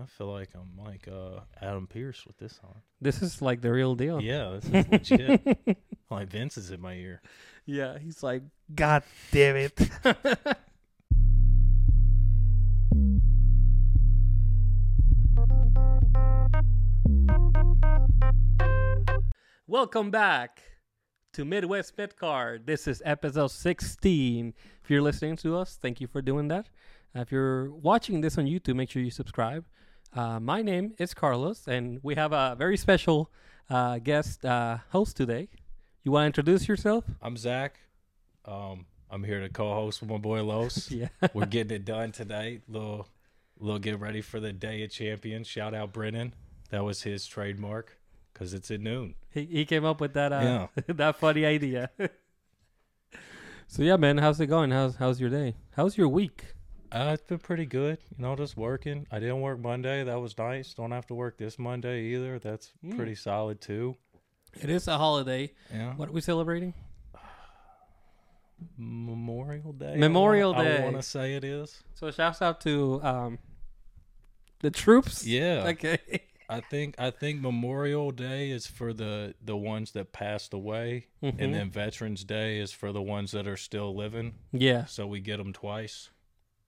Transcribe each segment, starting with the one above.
I feel like I'm like uh, Adam Pierce with this on. This is like the real deal. Yeah, this is legit. like Vince is in my ear. Yeah, he's like, God damn it. Welcome back to Midwest Midcard. This is episode 16. If you're listening to us, thank you for doing that. Uh, If you're watching this on YouTube, make sure you subscribe. Uh, my name is Carlos, and we have a very special uh, guest uh, host today. You want to introduce yourself? I'm Zach. Um, I'm here to co-host with my boy Los. Yeah. We're getting it done tonight. Little, little get ready for the Day of Champions. Shout out Brennan. That was his trademark because it's at noon. He, he came up with that uh, that funny idea. so yeah, man, how's it going? How's how's your day? How's your week? Uh, it's been pretty good. You know, just working. I didn't work Monday. That was nice. Don't have to work this Monday either. That's pretty solid too. It is a holiday. Yeah. What are we celebrating? Memorial Day. I Memorial wanna- Day. I want to say it is. So shouts out to um, the troops. Yeah. Okay. I think I think Memorial Day is for the the ones that passed away, Mm-hmm. and then Veterans Day is for the ones that are still living. yeah, So we get them twice.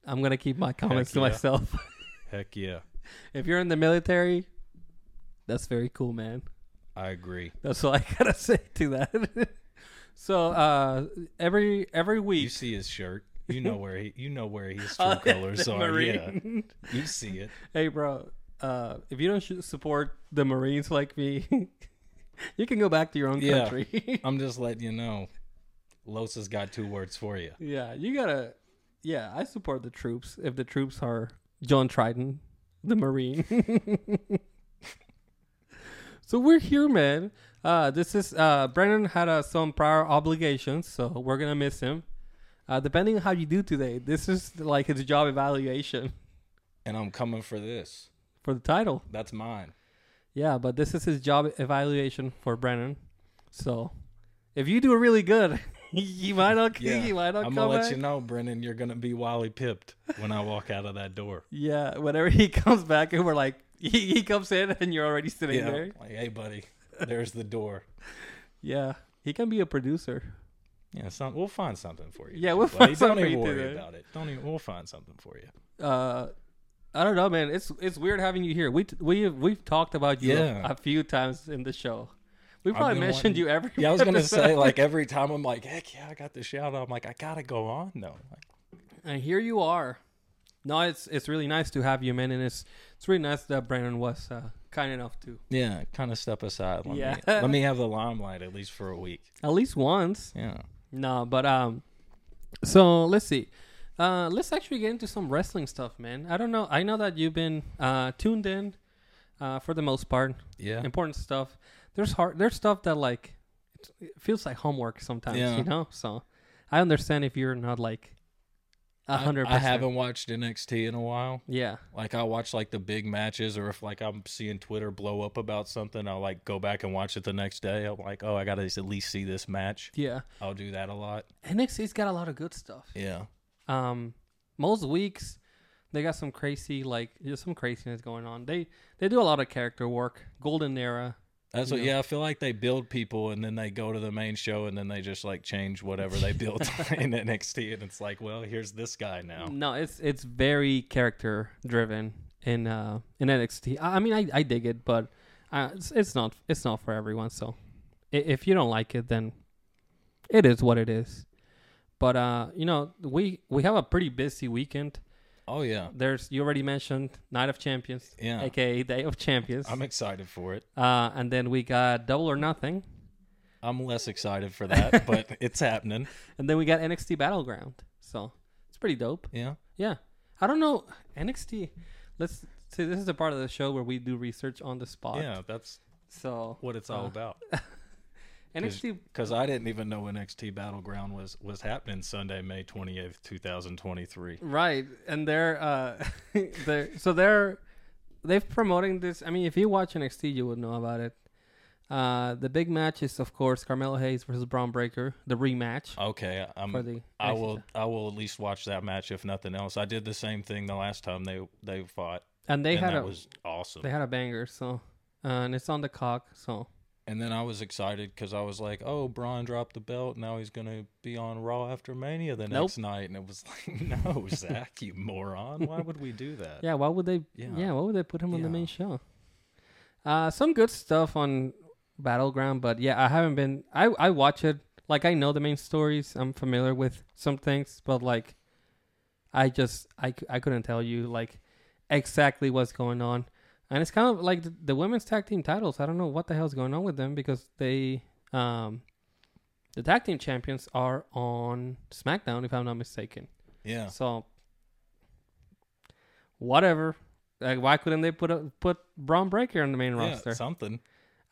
I'm gonna keep my comments to yeah. myself. Heck yeah, if you're in the military, that's very cool, man. I agree. That's all I gotta say to that. so uh, every every You week, see his shirt. You know where he. You know where his true Oh, yeah, colors the are. Marine. Yeah, you see it. hey bro uh if you don't sh- support the marines like me you can go back to your own Yeah. country I'm just letting you know. Los has got two words for you. yeah you gotta yeah i support the troops if the troops are john triton the marine so we're here man uh this is uh brennan had uh, some prior obligations so we're gonna miss him uh depending on how you do today this is like his job evaluation And I'm coming for this. for the title That's mine. Yeah, but this is his job evaluation for Brennan. So, if you do really good, you might not. Yeah. You might not I'm come gonna let back. you know, Brennan. You're gonna be Wally pipped when I walk out of that door. Yeah, whenever he comes back, and we're like, he, he comes in, and you're already sitting Yeah. there. Like, hey, buddy. There's the door. Yeah, he can be a producer. Yeah, some, we'll find something for you. Yeah, to we'll do, find buddy. something Don't even to worry do. about it. Don't even. We'll find something for you. Uh, I don't know, man. It's it's weird having you here. We t- we we've talked about you a- Yeah. a, few times in the show. We probably been mentioned wanting- you every. Yeah, I was gonna episode. say like every time I'm like, heck yeah, I got the shout out. I'm like, I gotta go on though. Like, and here you are. No, it's it's really nice to have you, man, and it's it's really nice that Brandon was uh, kind enough to yeah, kind of step aside. Let Yeah. me let me have the limelight at least for a week. at least once. Yeah. No, but um, so let's see. Uh, let's actually get into some wrestling stuff, man. I don't know. I know that you've been uh, tuned in uh, for the most part. Yeah. Important stuff. There's hard. There's stuff that like it, it feels like homework sometimes. Yeah. You know. So I understand if you're not like a hundred. I, I percent. haven't watched NXT in a while. Yeah. Like I watch like the big matches, or if like I'm seeing Twitter blow up about something, I'll like go back and watch it the next day. I'm like, oh, I gotta at least see this match. Yeah. I'll do that a lot. NXT's got a lot of good stuff. Yeah. Um, most weeks they got some crazy like just some craziness going on. They they do a lot of character work. Golden Era. That's what, yeah. I feel like they build people and then they go to the main show and then they just like change whatever they built in NXT and it's like, well, here's this guy now. No, it's it's very character driven in uh in NXT. I, I mean, I, I dig it, but uh, it's, it's not it's not for everyone. So i- if you don't like it, then it is what it is. But uh, you know, we we have a pretty busy weekend. Oh, yeah. There's you already mentioned Night of Champions, Yeah. aka Day of Champions, I'm excited for it. uh, and then we got Double or Nothing, I'm less excited for that, but it's happening. and then we got NXT Battleground. So it's pretty dope. Yeah. Yeah. I don't know. NXT. Let's see. This is the part of the show where we do research on the spot. Yeah. That's So what it's all about. NXT. Because I didn't even know NXT Battleground was, was happening Sunday, May 28th, 2023. Right. And they're uh they're so they're they've promoting this. I mean, if you watch NXT, you would know about it. Uh, the big match is of course Carmelo Hayes versus Braun Breaker, the rematch. Okay, For I'm, the Um, I next will. I will at least watch that match if nothing else. I did the same thing the last time they they fought. and they and had that a was awesome. they had a banger. So uh, and it's on the cock. So and then I was excited because I was like, "Oh, Braun dropped the belt. Now he's gonna be on Raw after Mania the Nope. next night." And it was like, "No, Zach, you moron! Why would we do that?" yeah, why would they? Yeah, Yeah. why would they put him on the main Yeah. show? Uh, some good stuff on Battleground, but yeah, I haven't been. I I watch it. Like I know the main stories. I'm familiar with some things, but like, I just I c- I couldn't tell you like exactly what's going on. And it's kind of like the, the women's tag team titles. I don't know what the hell's going on with them because they um the tag team champions are on SmackDown if I'm not mistaken. yeah. So whatever. Like why couldn't they put a, put Braun Breaker on the main Yeah, roster? something,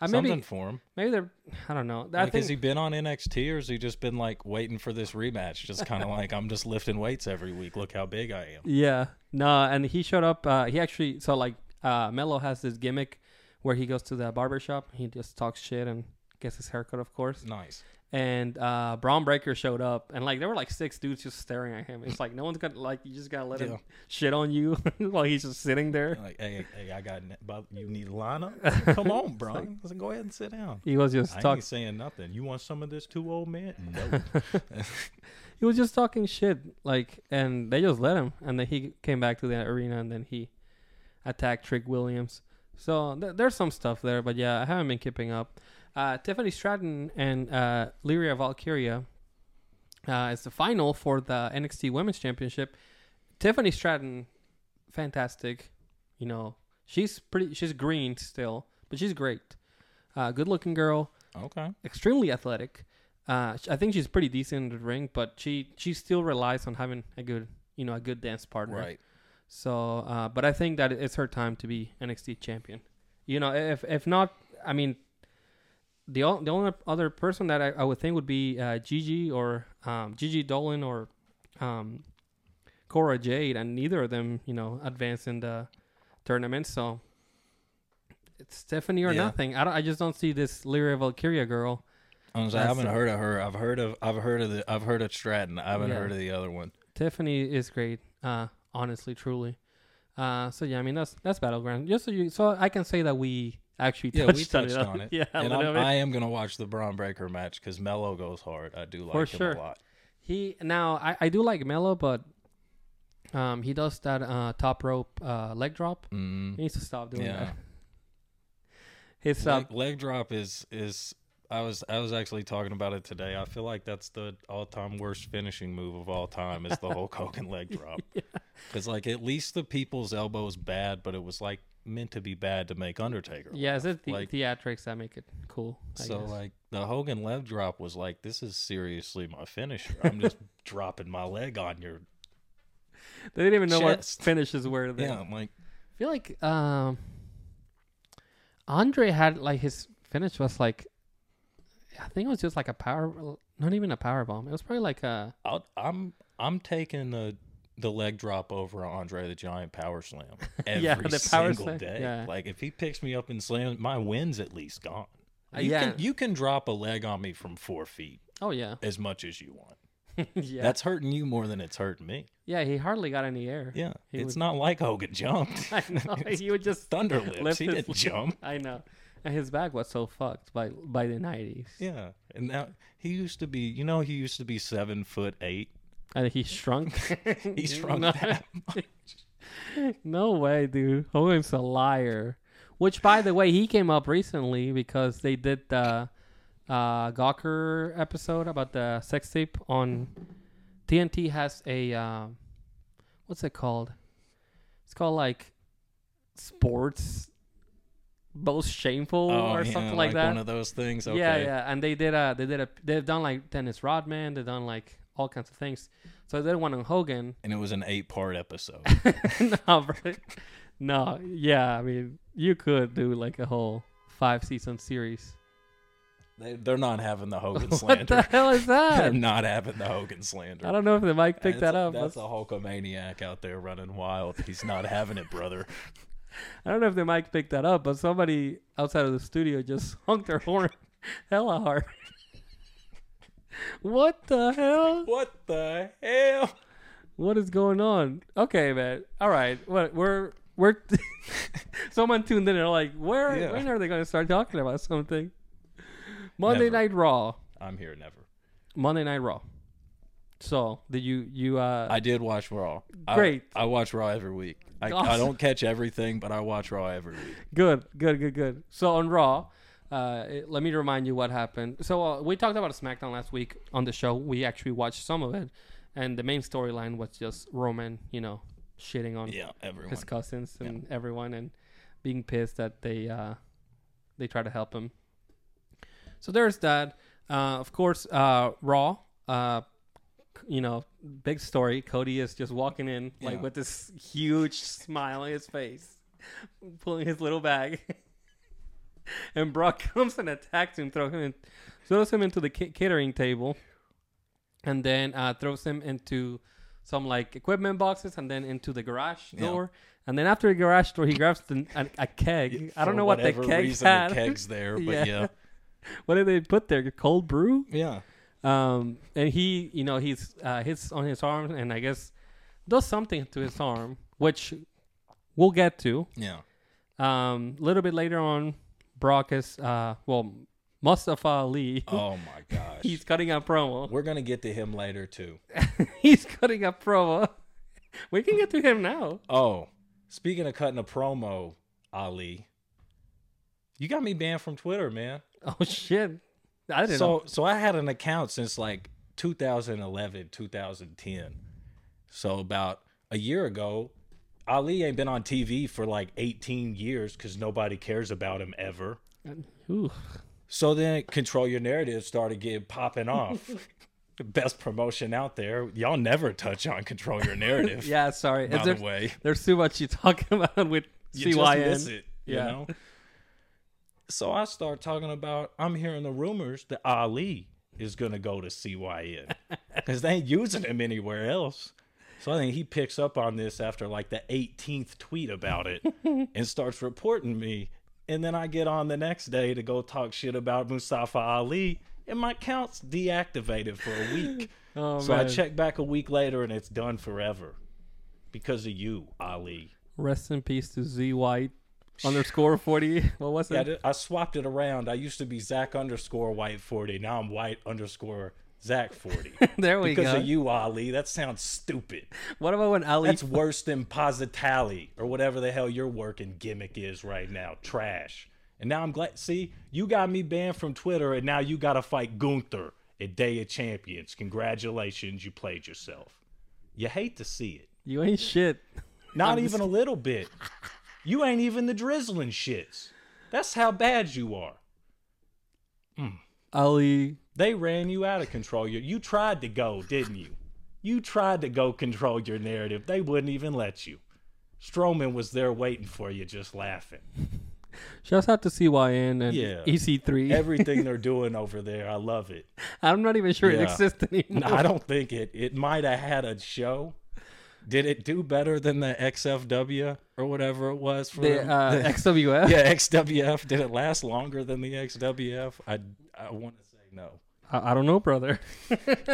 I maybe something for him. maybe they're I don't know. I Like, think has he been on NXT or has he just been like waiting for this rematch? Just kind of like, I'm just lifting weights every week. Look how big I am. Yeah. No, and he showed up uh he actually so like uh Mello has this gimmick where he goes to the barber shop, he just talks shit and gets his haircut of course. Nice. And uh Braun Breaker showed up and like there were like six dudes just staring at him. It's like no one's gonna like you just gotta let him Yeah. shit on you while he's just sitting there. Like, hey, hey, I got ne- but you need a lineup. Come on, bro. go ahead and sit down. He was just I talking ain't saying nothing. You want some of this too, old man? No. he was just talking shit like and they just let him and then he came back to the arena and then he attacked trick williams so th- there's some stuff there but yeah i haven't been keeping up uh, tiffany stratton and uh, lyria valkyria uh, is the final for the nxt women's championship tiffany stratton fantastic you know she's pretty she's green still but she's great uh, good looking girl okay. extremely athletic. Uh, sh- I think she's pretty decent in the ring, but she she still relies on having a good you know a good dance partner. Right. So, uh, but I think that it's her time to be NXT champion. You know, if if not, I mean, the o- the only other person that I, I would think would be uh, Gigi or um, Gigi Dolan or um, Cora Jade, and neither of them you know advance in the tournament. So it's Stephanie or Yeah. nothing. I don't, I just don't see this Lyra Valkyria girl. I, was like, I That's haven't it. heard of her. I've heard of I've heard of the I've heard of Stratton. I haven't Yeah. heard of the other one. Tiffany is great, uh, honestly, truly. Uh, so yeah, I mean that's that's battleground. Just so you, so I can say that we actually Yeah, touched, we touched on it. on it. yeah, a and little I'm, bit. I am gonna watch the Braun Breaker match because Mello goes hard. I do like him sure. a lot. he now I, I do like Mello, but um, he does that uh, top rope uh, leg drop. Mm. He needs to stop doing Yeah. that. His um, Leg, sub, leg drop is is I was I was actually talking about it today. I feel like that's the all time worst finishing move of all time is the Hulk Hogan leg drop. Because like at least the people's elbow is bad, but it was like meant to be bad to make Undertaker. laugh. yeah, is it the like- theatrics that make it cool? I So guess. like the Hogan leg drop was like this is seriously my finisher. I'm just dropping my leg on your they didn't even know chest. what finishes were. There. yeah. I'm like I feel like um, Andre had like his finish was like, I think it was just like a power, not even a power bomb. It was probably like a I'll, I'm I'm taking the the leg drop over Andre the Giant power slam every Yeah, the power single slam, day. yeah. Like if he picks me up and slams, my win's at least gone. Uh, You yeah. can you can drop a leg on me from four feet oh yeah as much as you want. yeah That's hurting you more than it's hurting me. yeah he hardly got any air. Yeah, He it's would- not like Hogan jumped. I know he would just Thunder lips. lift He his didn't leg. jump. I know, and his back was so fucked by by the nineties, Yeah, and now he used to be. You know, he used to be seven foot eight. and he shrunk. He shrunk No. that. No way, dude. Hogan's a liar. Which, by the way, he came up recently because they did the uh, Gawker episode about the sex tape on TNT. Has a um, what's it called? It's called like sports, most shameful or Oh, yeah, something like, that. One of those things. Okay. Yeah, yeah, and they did a they did a they've done like Dennis Rodman, they've done like all kinds of things. So they did one on Hogan, And it was an eight part episode. no, bro. no, yeah. I mean, you could do like a whole five season series. They, they're not having the Hogan What the slander. hell is they're that? not having the Hogan I slander. don't know if the mic picked That's that a- up. That's but- a Hulkamaniac out there running wild. He's not having it, brother. I don't know if the mic picked that up, but somebody outside of the studio just honked their horn hella hard. what the hell? what the hell? What is going on? Okay, man. All right. What we're we're, we're someone tuned in and are like, where Yeah. when are they going to start talking about something? Monday Never. Night Raw. I'm here never. Monday Night Raw. So did you you uh I did watch Raw. I- Great. I, watch Raw every week. I, I Awesome. don't catch everything, but I watch Raw every week. good good good good. So on Raw, uh it- let me remind you what happened. So uh, we talked about SmackDown last week on the show. We actually watched some of it, and the main storyline was just Roman, you know, shitting on Yeah, everyone. his cousins and everyone and being pissed that they uh they try to help him so there's that uh of course uh raw uh c- you know big story cody is just walking in like Yeah. with this huge smile on his face pulling his little bag and brock comes and attacks him throws him in, throws him into the ca- catering table and then uh throws him into some like equipment boxes and then into the garage Yeah. door and then after the garage door he grabs the, a, a keg i don't For know what the whatever keg reason, had The keg's there, but Yeah. yeah. yeah. what did they put there cold brew um and he you know he's uh hits on his arm and i guess does something to his arm which we'll get to Yeah. um a little bit later on brock is uh well mustafa ali Oh my gosh. he's cutting a promo We're gonna get to him later too. he's cutting a promo we can get to him now Oh, speaking of cutting a promo, Ali, you got me banned from Twitter, man. oh shit i didn't so know so I had an account since like 2011, 2010. So about a year ago, Ali ain't been on TV for like 18 years because nobody cares about him ever. Ooh. So then Control Your Narrative started getting popping off. Best promotion out there. Y'all never touch on Control Your Narrative. yeah sorry by Is the there- way. There's too much you talk about with you CYN. just miss it. You Yeah. know? So I start talking about I'm hearing the rumors that Ali is gonna go to CYN because they ain't using him anywhere else. So I think he picks up on this after like the 18th tweet about it and starts reporting me. And then I get on the next day to go talk shit about Mustafa Ali, and my account's deactivated for a week. Oh, so I man. check back a week later, and it's done forever because of you, Ali. Rest in peace to Z White underscore 40. What was Yeah, I, it? did- I swapped it around. I used to be Zach underscore White forty. Now I'm White underscore Zach forty. there we because go. of you, Ali. That sounds stupid. What about when Ali? That's worse than Positali or whatever the hell your working gimmick is right now. Trash. And now I'm glad. See, you got me banned from Twitter, and now you got to fight Gunther at Day of Champions. Congratulations, you played yourself. You hate to see it. You ain't shit. Not even a little bit. You ain't even the drizzling shits. That's how bad you are. Ali. They ran you out of control. You, you tried to go, didn't you? You tried to go control your narrative. They wouldn't even let you. Strowman was there waiting for you, just laughing. Shouts out to CYN and E Yeah. EC3. Everything they're doing over there, I love it. I'm not even sure it Yeah. exists anymore. I don't think it. It might have had a show. Did it do better than the XFW or whatever it was for The them? uh, XWF. yeah, XWF. Did it last longer than the XWF? I I want to say no. I, I don't know, brother.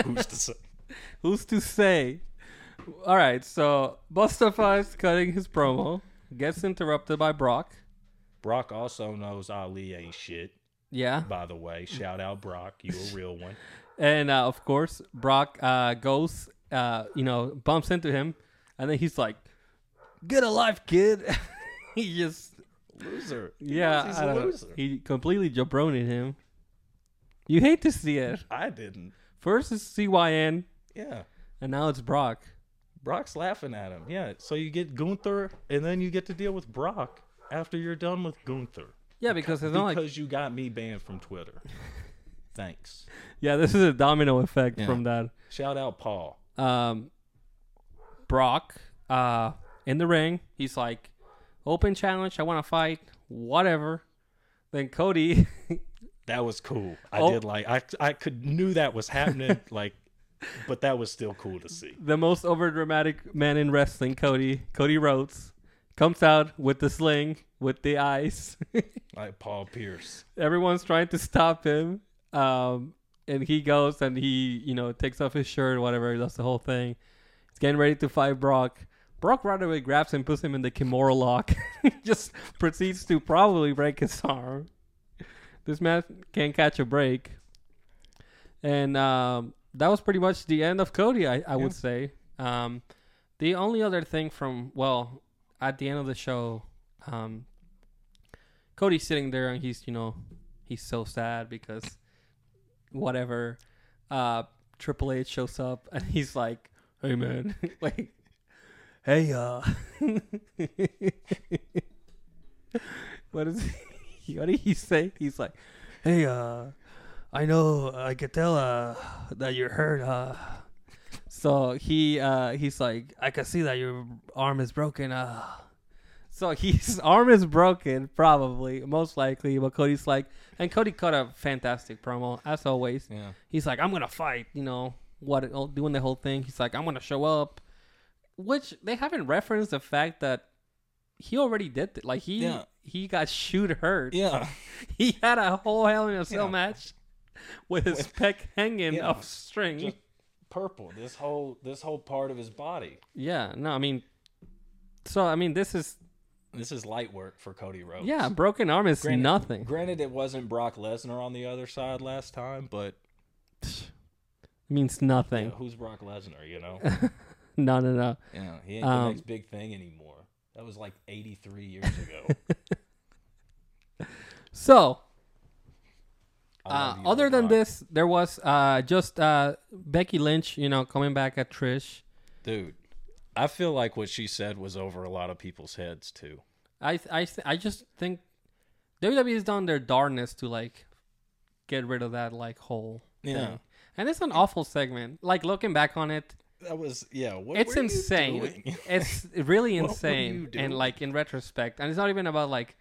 Who's to say? Who's to say? All right, so Mustafa is cutting his promo, gets interrupted by Brock. Brock also knows Ali ain't shit. Yeah. by the way. Shout out Brock, you a real one. And uh, of course, Brock uh, goes, uh, you know, bumps into him, and then he's like, "Get a life, kid." he just, Loser. yeah, He's I a don't know. loser. He completely jabroned him. You hate to see it. I didn't. First is Cyn, Yeah. and now it's Brock. Brock's laughing at him. Yeah. So you get Gunther and then you get to deal with Brock after you're done with Gunther. Yeah, because it's not Because like you got me banned from Twitter. Thanks. yeah, this is a domino effect from that. Shout out Paul. um, Brock uh, in the ring. He's like, open challenge. I want to fight. Whatever. Then Cody, That was cool. I Oh. did like I I could knew that was happening like but that was still cool to see. the most overdramatic man in wrestling, Cody, Cody Rhodes, comes out with the sling, with the ice. Like Paul Pierce. Everyone's trying to stop him. Um, and he goes and he, you know, takes off his shirt, whatever, he does the whole thing. He's getting ready to fight Brock. Brock right away grabs him, puts him in the Kimura lock, just proceeds to probably break his arm. This man can't catch a break. And um, that was pretty much the end of Cody, I, I would say. Um, the only other thing from, well, at the end of the show, um, Cody's sitting there and he's, you know, he's so sad because whatever. Uh, Triple H shows up and he's like, hey, man, like, hey, uh, what is he? What did he say? He's like, hey, uh, I know, I could tell, uh, that you're hurt, uh, so he, uh, he's like, I can see that your arm is broken, uh, so his arm is broken, probably, most likely, but Cody's like, and Cody cut a fantastic promo, as always Yeah. he's like, I'm gonna fight, you know, what oh, doing the whole thing. He's like, I'm gonna show up, which they haven't referenced the fact that he already did it. Like he Yeah. he got shoot hurt. Yeah. He had a whole Hell in a Cell Yeah. match with his pec hanging Yeah. off string. Just- Purple. This whole this whole part of his body. yeah, no, I mean, so I mean, this is This is light work for Cody Rhodes. yeah, broken arm is Granted- nothing. Granted, it wasn't Brock Lesnar on the other side last time, but means you nothing. know, who's Brock Lesnar? You know, No, no, no. yeah, he ain't the Um, next big thing anymore. That was like 83 years ago. So I Uh, love you, other than Brock. this, there was uh, just uh, Becky Lynch, you know, coming back at Trish. dude, I feel like what she said was over a lot of people's heads too. I th- I th- I just think WWE has done their darkness to like get rid of that like whole Yeah. thing. And it's an awful segment. Like looking back on it, That was yeah. What it's were you insane. doing? it's really What were you insane. doing? And like in retrospect, and it's not even about like,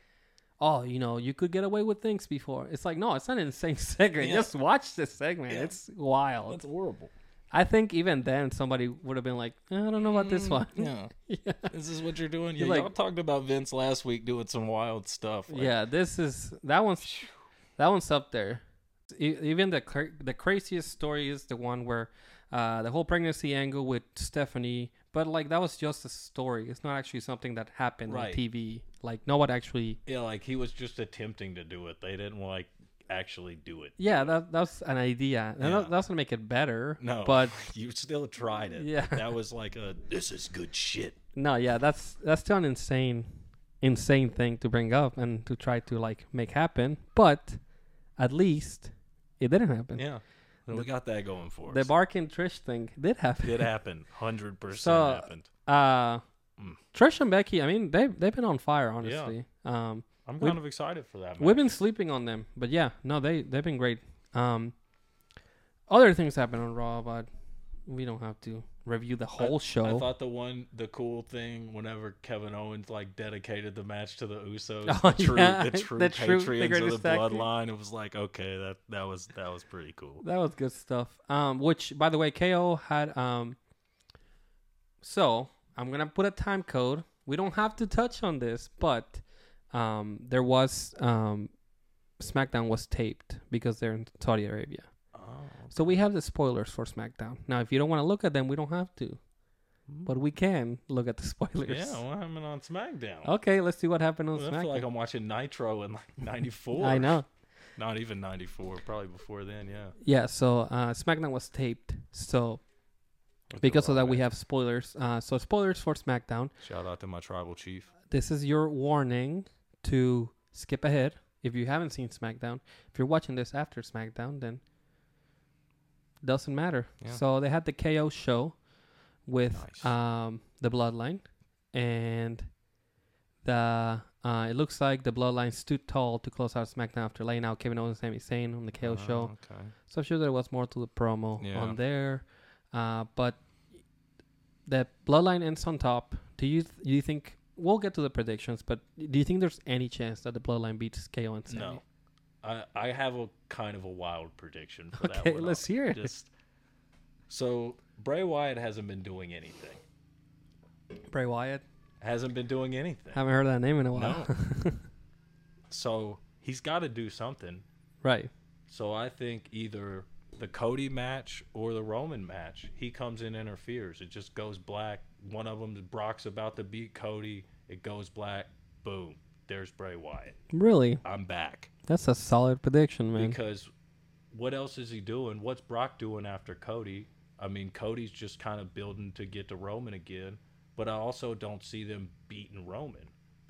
oh, you know, you could get away with things before. It's like no, it's not an insane segment. Yeah. Just watch this segment. Yeah. It's wild. That's horrible. I think even then somebody would have been like, "Eh, I don't know about Mm. this one. Yeah, Yeah. yeah. This is what you're doing. Yeah, You're like- y'all talked about Vince last week doing some wild stuff. Like, this is that one's that one's up there. E- even the cra- the craziest story is the one where uh, the whole pregnancy angle with Stephanie, but like that was just a story. It's not actually something that happened on Right. TV. Like no one actually. Yeah, like he was just attempting to do it. They didn't like actually do it. Yeah, that that's an idea. And Yeah. that, that's gonna make it better. No, but you still tried it. Yeah. that was like a this is good shit. No, yeah, that's that's still an insane, insane thing to bring up and to try to like make happen. But at least it didn't happen. Yeah, we got that going for us. The Bark and Trish thing did happen. did happen. Hundred percent So, happened. Uh, Mm. Trish and Becky, I mean, they they've been on fire, honestly. Um, I'm we- kind of excited for that. we've match. been sleeping on them, but yeah, no, they they've been great. Um, other things happen on Raw, but we don't have to review the whole show. I thought the one, the cool thing, whenever Kevin Owens like dedicated the match to the Usos, Oh, the, true, yeah. the true, The true- patriots the of the greatest tag team. bloodline, it was like okay, that that was that was pretty cool. That was good stuff. Um, which by the way, KO had um. So I'm gonna put a time code. We don't have to touch on this, but um, there was um, SmackDown was taped because they're in Saudi Arabia. Oh, So we have the spoilers for SmackDown. Now, if you don't want to look at them, we don't have to, but we can look at the spoilers. yeah, what happened on SmackDown? Okay, let's see what happened Oh, on Well, I feel like SmackDown. I'm watching Nitro in like '94. I know. Not even '94. Probably before then. Yeah. Yeah. So uh, SmackDown was taped. So because of that, we have spoilers. Uh, so spoilers for SmackDown. Shout out to my tribal chief. this is your warning to skip ahead if you haven't seen SmackDown. If you're watching this after SmackDown, then doesn't matter. Yeah. So they had the KO show with Nice. um, the Bloodline, and the uh, it looks like the Bloodline stood tall to close out SmackDown after laying out Kevin Owens and Sami Zayn on the KO Uh-huh. show. Okay. So I'm sure there was more to the promo Yeah. on there, uh, but the bloodline ends on top. Do you th- do you think we'll get to the predictions? But do you think there's any chance that the bloodline beats KO and Sammy? No. I, I have a kind of a wild prediction for that Okay, one. let's hear it. Just, so Bray Wyatt hasn't been doing anything. Bray Wyatt. Hasn't been doing anything. Haven't heard that name in a while. So he's got to do something. right. So I think either the Cody match or the Roman match, he comes in interferes. It just goes black. One of them, Brock's about to beat Cody. It goes black. Boom. There's Bray Wyatt. Really? I'm back That's a solid prediction, man. because what else is he doing? What's Brock doing after Cody? I mean, Cody's just kind of building to get to Roman again, but I also don't see them beating Roman.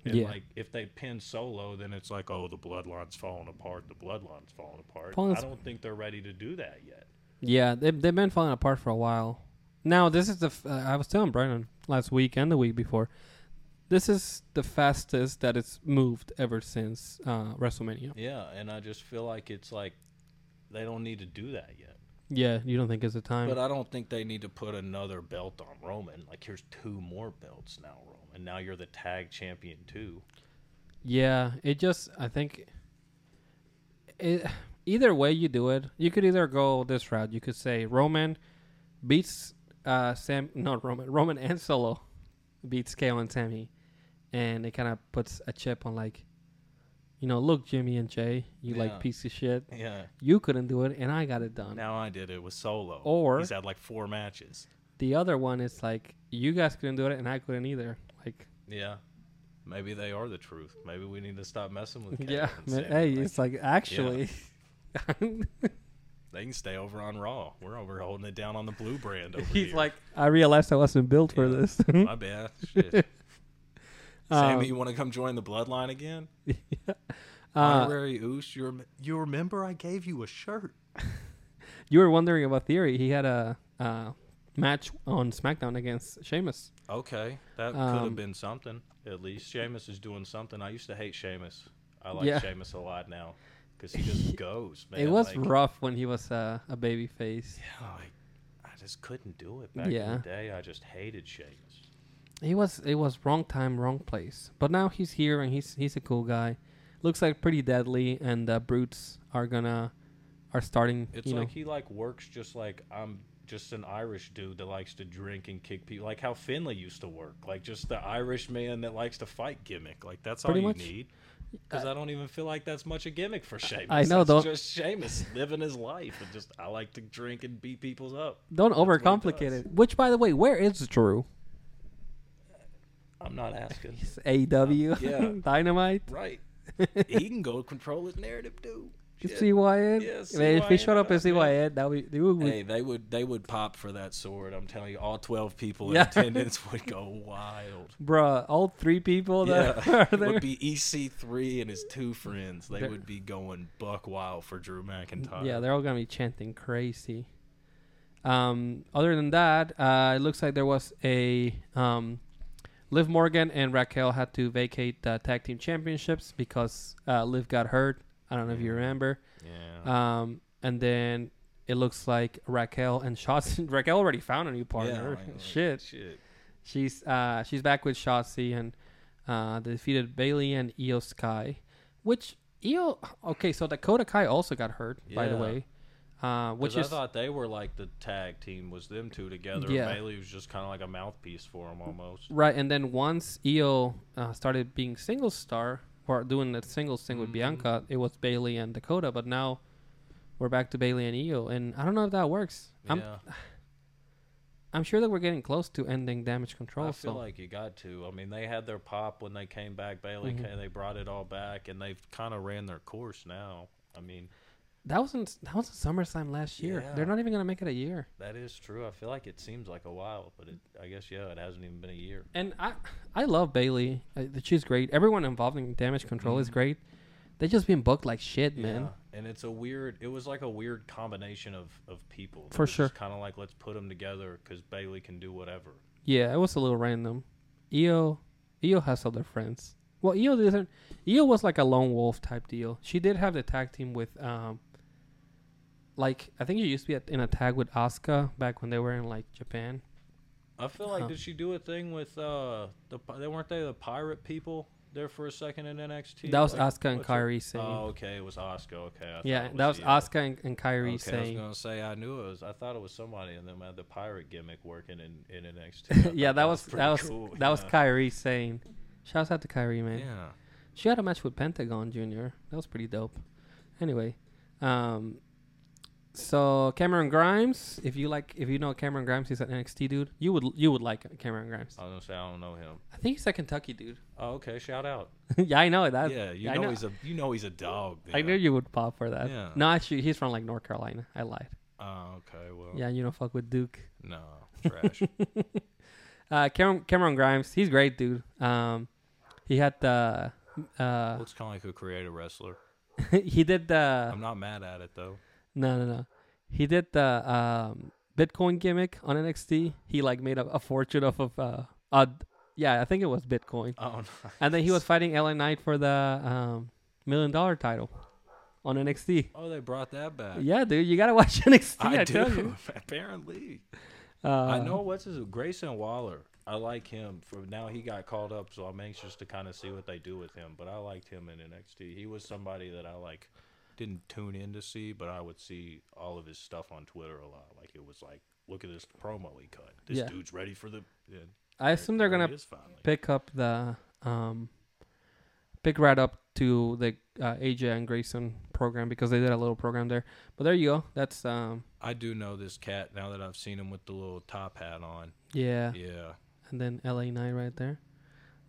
And Yeah. like if they pin Solo, then it's like, oh, the bloodline's falling apart. The bloodline's falling apart. Paul's- I don't think they're ready to do that yet. Yeah, they, they've been falling apart for a while. Now, this is the. F- uh, I was telling Brandon last week and the week before. This is the fastest that it's moved ever since uh, WrestleMania. Yeah, and I just feel like it's like they don't need to do that yet. Yeah, you don't think it's the time? But I don't think they need to put another belt on Roman. Like here's two more belts now, Roman. Now you're the tag champion too. yeah, it just. I think. It, either way you do it, you could either go this route. You could say Roman beats uh, Sam. Not Roman. Roman and Solo beats KO and Sammy, and it kind of puts a chip on like. You know, look, Jimmy and Jay, you Yeah. like piece of shit. Yeah. You couldn't do it, and I got it done. Now I did it with Solo. Or- he's had like four matches. The other one is like, you guys couldn't do it, and I couldn't either. Like, Yeah. Maybe they are the truth. Maybe we need to stop messing with. Kevin yeah, and man, Sammy. hey, Like, it's like actually, they can stay over on Raw. We're over holding it down on the Blue Brand. Over he's here. like, I realized I wasn't built for Yeah. this. my bad. Shit. Mm-hmm. Um, Sammy, you want to come join the Bloodline again? uh, Honorary Oosh, you, rem- you remember I gave you a shirt. you were wondering about Theory. He had a uh, match on SmackDown against Sheamus. Okay, that could Um, have been something. At least Sheamus is doing something. I used to hate Sheamus. I like Yeah. Sheamus a lot now because he just goes. Man. it was like, rough when he was uh, a baby face. Yeah, like, Oh, I just couldn't do it back Yeah. in the day. I just hated Sheamus. He was it was wrong time, wrong place. But now he's here and he's he's a cool guy. Looks like pretty deadly, and uh, brutes are gonna are starting. It's you like know, he like works just like I'm just an Irish dude that likes to drink and kick people, like how Finlay used to work, like just the Irish man that likes to fight gimmick. Like that's all Pretty you much. Uh, need. Because I don't even feel like that's much a gimmick for Sheamus. I know, that's though. just Sheamus living his life and just I like to drink and beat people's up. what Don't he overcomplicate does. it. Which, by the way, where is Drew? I'm not asking. It's AEW, Uh, Yeah. Dynamite, right. he can go control his narrative too. Shit. CYN. Yeah, Man, if he CYN, showed up as yeah. CYN, that would, they would Hey, they would they would pop for that sword. I'm telling you, all twelve people in Yeah. attendance would go wild. bruh, all three people that Yeah, are it there. would be EC3 and his two friends. They They're- would be going buck wild for Drew McIntyre. yeah, they're all gonna be chanting crazy. Um, other than that, uh, it looks like there was a um, Liv Morgan and Raquel had to vacate the tag team championships because uh, Liv got hurt. I don't know if you remember. yeah. Um, and then it looks like Raquel and Shotzi. Raquel already found a new partner. like, like, Shit, shit. she's uh, she's back with Shotzi and uh, they defeated Bailey and Io Sky, which Io. Okay, so Dakota Kai also got hurt by the Yeah. way, uh, which Which is I thought they were like the tag team was them two together. Yeah. Bailey was just kind of like a mouthpiece for him almost. right. And then once Io uh, started being single star or doing that singles thing with Mm-hmm. Bianca, it was Bailey and Dakota. But now we're back to Bailey and Io, and I don't know if that works. I'm yeah, I'm sure that we're getting close to ending damage control. I feel so like you got to. I mean, they had their pop when they came back. Bailey, Mm-hmm. came, they brought it all back, and they've kind of ran their course now. I mean, that wasn't that was SummerSlam last year. Yeah. They're not even gonna make it a year. that is true. I feel like it seems like a while, but it, I guess yeah, it hasn't even been a year. And I I love Bailey. She's great. Everyone involved in damage control is great. They just being booked like shit, man. Mm-hmm. Yeah, And it's a weird. It was like a weird combination of of people. For sure. Kind of like let's put them together because Bailey can do whatever. Yeah, it was a little random. Io Io has other friends. Well, Io didn't. Io was like a lone wolf type deal. She did have the tag team with um. Like I think she used to be at, in a tag with Asuka back when they were in like Japan. I feel like Huh. did she do a thing with uh the pi- they weren't they the pirate people there for a second in NXT? That was Like, Asuka and what's her- Kyrie saying. Oh, okay, it was Asuka. Okay, I thought yeah, it that was Io. Asuka and, and Kyrie Okay, saying. I was gonna say I knew it was. I thought it was somebody, and them had the pirate gimmick working in, in NXT. I thought yeah, that was pretty that was cool, that was yeah. Kyrie saying. Shouts out to Kyrie, man. yeah. She had a match with Pentagon Junior. That was pretty dope. Anyway, um, So Cameron Grimes, if you like, if you know Cameron Grimes, he's an NXT dude. You would you would like Cameron Grimes. I was gonna say I don't know him. I think he's a Kentucky dude. Oh, okay. Shout out. yeah, I know that. yeah, you I know, he's a you know he's a dog. I knew then. you would pop for that. Yeah. No, actually, he's from like North Carolina. I lied. Oh, okay. Well, Yeah, you don't fuck with Duke. no trash. Uh, Cameron, Cameron Grimes, he's great, dude. Um, he had the, uh, Looks kind of like a creative wrestler. he did the I'm not mad at it though. no no no, he did the um Bitcoin gimmick on NXT. He like made a, a fortune off of uh, uh, yeah, I think it was Bitcoin. Oh, uh, And then he nice. was fighting LA Knight for the um million dollar title on NXT. Oh, they brought that back. Yeah, dude, you gotta watch NXT. I, I, tell do. you. Apparently, Uh, I know what's his Grayson Waller. I like him. For now, he got called up, so I'm anxious to kind of see what they do with him. But I liked him in NXT. He was somebody that I like didn't tune in to see, but I would see all of his stuff on Twitter a lot. Like it was like, look at this promo he cut. This Yeah. dude's ready for the. Yeah, I assume they're there gonna he is finally. pick up the um pick right up to the uh, AJ and Grayson program because they did a little program there. But there you go. That's um I do know this cat now that I've seen him with the little top hat on. yeah. Yeah, And then LA Knight right there.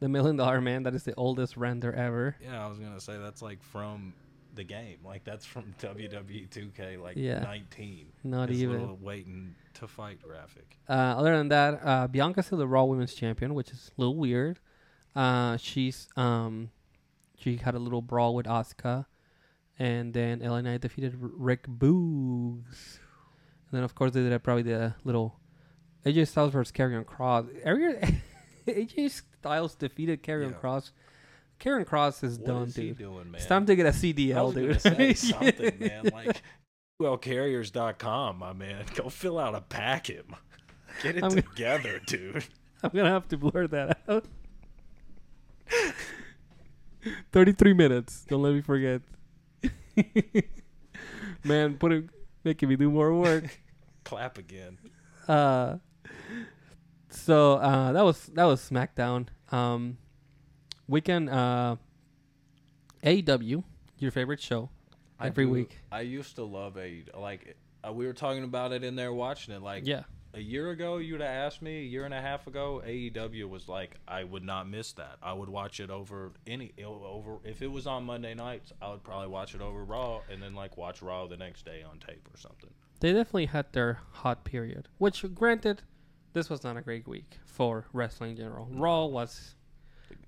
The million dollar man, that is the oldest render ever. yeah. I was gonna say that's like from the game. Like that's from WWE 2K, like Yeah. 19. Not His even. little waiting to fight graphic. Uh, other than that, uh, Bianca's still the Raw Women's Champion, which is a little weird. Uh, she's um, she had a little brawl with Asuka, and then LA Knight defeated R- Rick Boogs. And then of course they did a- probably the little AJ Styles versus Karrion Cross. AJ Styles defeated Karrion Yeah. Cross. Karrion Cross is What done, is he dude. doing, man? It's time to get a I was CDL, gonna dude. say something, man. Like wellcarriers.com, my man. Go fill out a packet. Get it I'm gonna- together, dude. I'm gonna have to blur that out. Thirty-three minutes. Don't let me forget. Man, putting making me do more work. Clap again. Uh, so uh, that was that was SmackDown. Um, weekend. Uh, AEW, your favorite show, every do- week. I used to love a like uh, we were talking about it in there watching it like Yeah, a year ago you'd have asked me a year and a half ago AEW was like I would not miss that I would watch it over any over if it was on Monday nights I would probably watch it over Raw and then like watch Raw the next day on tape or something they definitely had their hot period. Which, granted, this was not a great week for wrestling in general. Raw was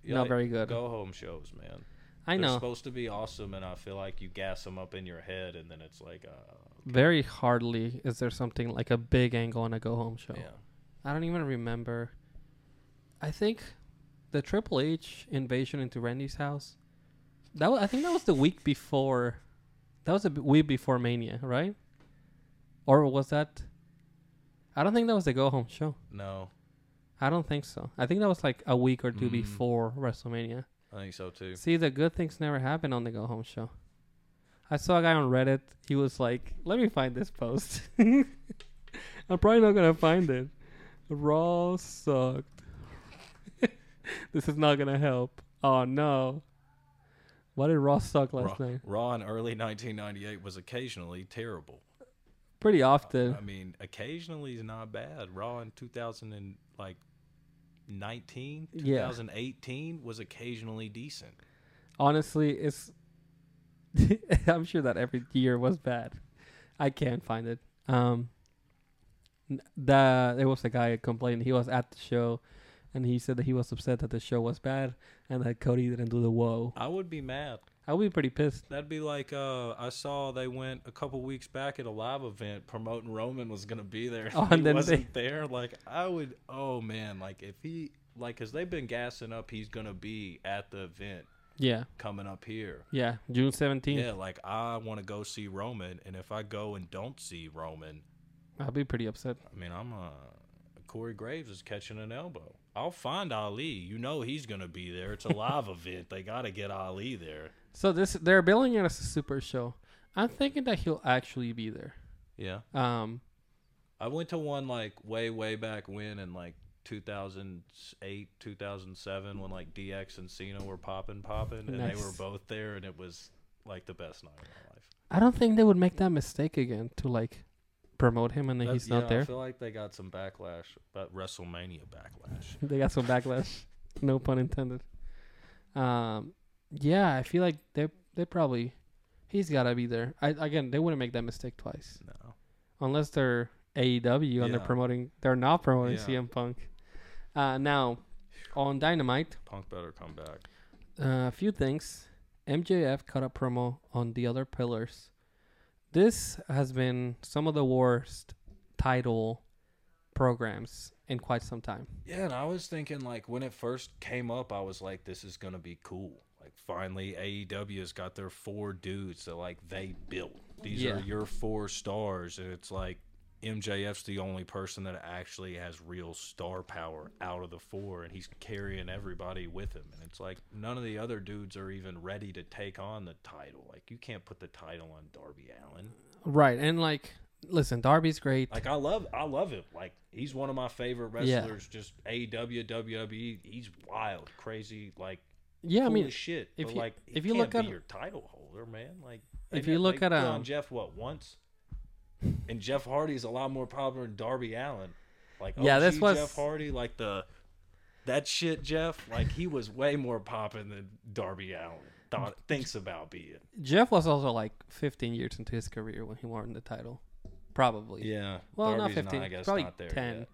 Not very good. go home shows man I They're know supposed to be awesome and I feel like you gas them up in your head and then it's like uh very hardly is there something like a big angle on a go home show. yeah I don't even remember. I think the Triple H invasion into Randy's house. That was, I think that was the week before. That was the b- week before Mania, right? Or was that? I don't think that was the go home show. no I don't think so. I think that was like a week or two Mm. before WrestleMania. I think so too See, the good things never happen on the go home show. I saw a guy on Reddit. He was like, "Let me find this post." I'm probably not gonna find it. Raw sucked. this is not gonna help. Oh no. Why did Raw suck Raw, last night? Raw in early 1998 was occasionally terrible Pretty often. I mean, occasionally is not bad. Raw in 2000 and like 19, Yeah. 2018 was occasionally decent. Honestly, it's. I'm sure that every year was bad. I can't find it. Um, n- the there was a guy complaining. He was at the show, and he said that he was upset that the show was bad and that Cody didn't do the whoa. I would be mad. I would be pretty pissed. That'd be like uh, I saw they went a couple weeks back at a live event promoting Roman was gonna be there. Oh, he and then wasn't there. Like I would. Oh man. Like if he like because they've been gassing up, he's gonna be at the event Yeah, coming up here. yeah. June seventeenth. Yeah, like I want to go see Roman, and if I go and don't see Roman, I'll be pretty upset. I mean, I'm uh Corey Graves is catching an elbow. I'll find Ali. You know he's gonna be there. It's a live event. They gotta get Ali there. So this they're billing it as a super show. I'm thinking that he'll actually be there. Yeah. Um, I went to one like way, way back when in like 2008, 2007 when like DX and Cena were popping, popping, and they were Nice. both there, and it was like the best night of my life. I don't think they would make that mistake again to like promote him and then That- he's yeah, not there. I feel like they got some backlash, but WrestleMania backlash. they got some backlash. no pun intended. Um, yeah, I feel like they they probably he's got to be there. I again, they wouldn't make that mistake twice No. unless they're AEW and they're Yeah. promoting. They're not promoting Yeah. CM Punk. Uh, now on Dynamite, Punk better come back. uh, a few things. MJF cut a promo on the other pillars. This has been some of the worst title programs in quite some time. Yeah, and I was thinking like when it first came up, I was like, this is gonna be cool. Like finally AEW has got their four dudes that like they built. These Yeah. are your four stars, and it's like MJF's the only person that actually has real star power out of the four, and he's carrying everybody with him. And it's like none of the other dudes are even ready to take on the title. Like you can't put the title on Darby Allen. Right, and like, listen, Darby's great. Like I love, I love him. Like he's one of my favorite wrestlers. Just AEW, WWE. E. He's wild, crazy. Like yeah, I cool mean, as shit. if but, you- like if he you can't look be at- your title holder, man. Like If they- you look they at, put um, on Jeff, what once? And Jeff Hardy's a lot more popular than Darby Allen. Like Yeah, OG this was- Jeff Hardy. Like the that shit, Jeff. Like he was way more popping than Darby Allen thought thinks about being. Jeff was also like 15 years into his career when he won the title, probably. Yeah, Well, not Darby's 15, I guess probably not there 10. yet,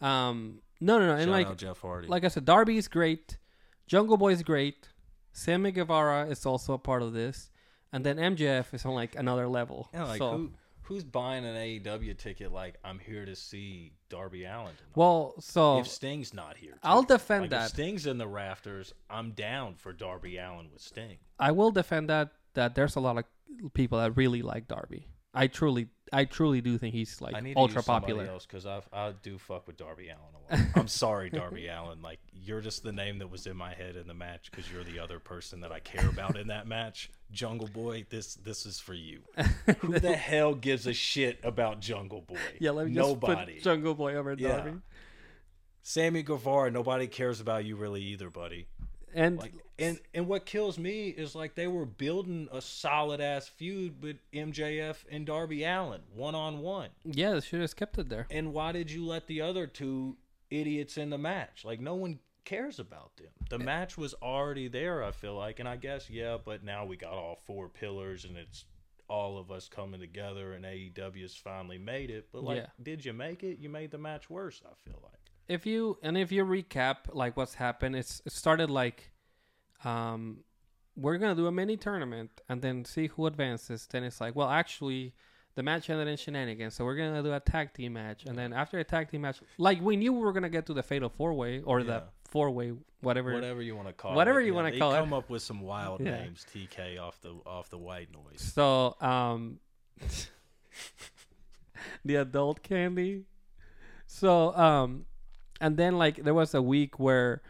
but Um, no, no, no, and shout like, out Jeff Hardy. like I said, Darby's great, Jungle Boy's great, Sammy Guevara is also a part of this, and then MJF is on like another level. Yeah, like so, who who's buying an AEW ticket? Like I'm here to see Darby Allen. tonight? well, so if Sting's not here, too. I'll defend Like, that. If Sting's in the rafters, I'm down for Darby Allen with Sting. I will defend that that there's a lot of people that really like Darby. I truly, I truly do think he's like I need ultra to use somebody popular. else because I I do fuck with Darby Allen a lot. I'm sorry, Darby Allen. Like you're just the name that was in my head in the match because you're the other person that I care about in that match. Jungle Boy, this this is for you. Who the hell gives a shit about Jungle Boy? Yeah, let me nobody. just put Jungle Boy over Yeah. Darby. Sammy Guevara, nobody cares about you really either, buddy. And Like, and and what kills me is like they were building a solid ass feud with MJF and Darby Allen one on one. yeah, they should have kept it there. And why did you let the other two idiots in the match? Like no one cares about them. The match was already there, I feel like, and I guess yeah, but now we got all four pillars and it's all of us coming together and AEW's finally made it. But like Yeah. did you make it? You made the match worse, I feel like. If you and if you recap like what's happened, it's it started like, um, we're gonna do a mini tournament and then see who advances. Then it's like, well, actually, the match ended in shenanigans, so we're gonna do a tag team match. And then after a tag team match, like we knew we were gonna get to the fatal four way or the Yeah. four way, whatever. whatever you want to call Whatever it. you wanna they call it. Come up with some wild Yeah. names, TK off the off the white noise. So, um, the adult candy. So, um, and then like there was a week where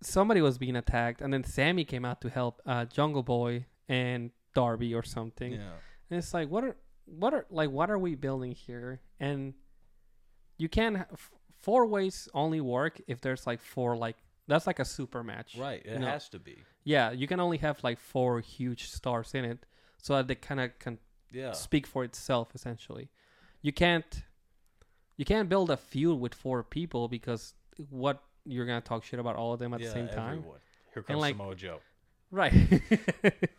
somebody was being attacked, and then Sammy came out to help uh, Jungle Boy and Darby or something. And it's like, what are what are like what are we building here? And you can't ha- f- four ways only work if there's like four like that's like a super match, Right, it No. has to be. Yeah, you can only have like four huge stars in it, so that they kind of can Yeah. speak for itself essentially you can't you can't build a feud with four people because what you're gonna talk shit about all of them at the same time Everyone. Here comes like- Samoa Joe. right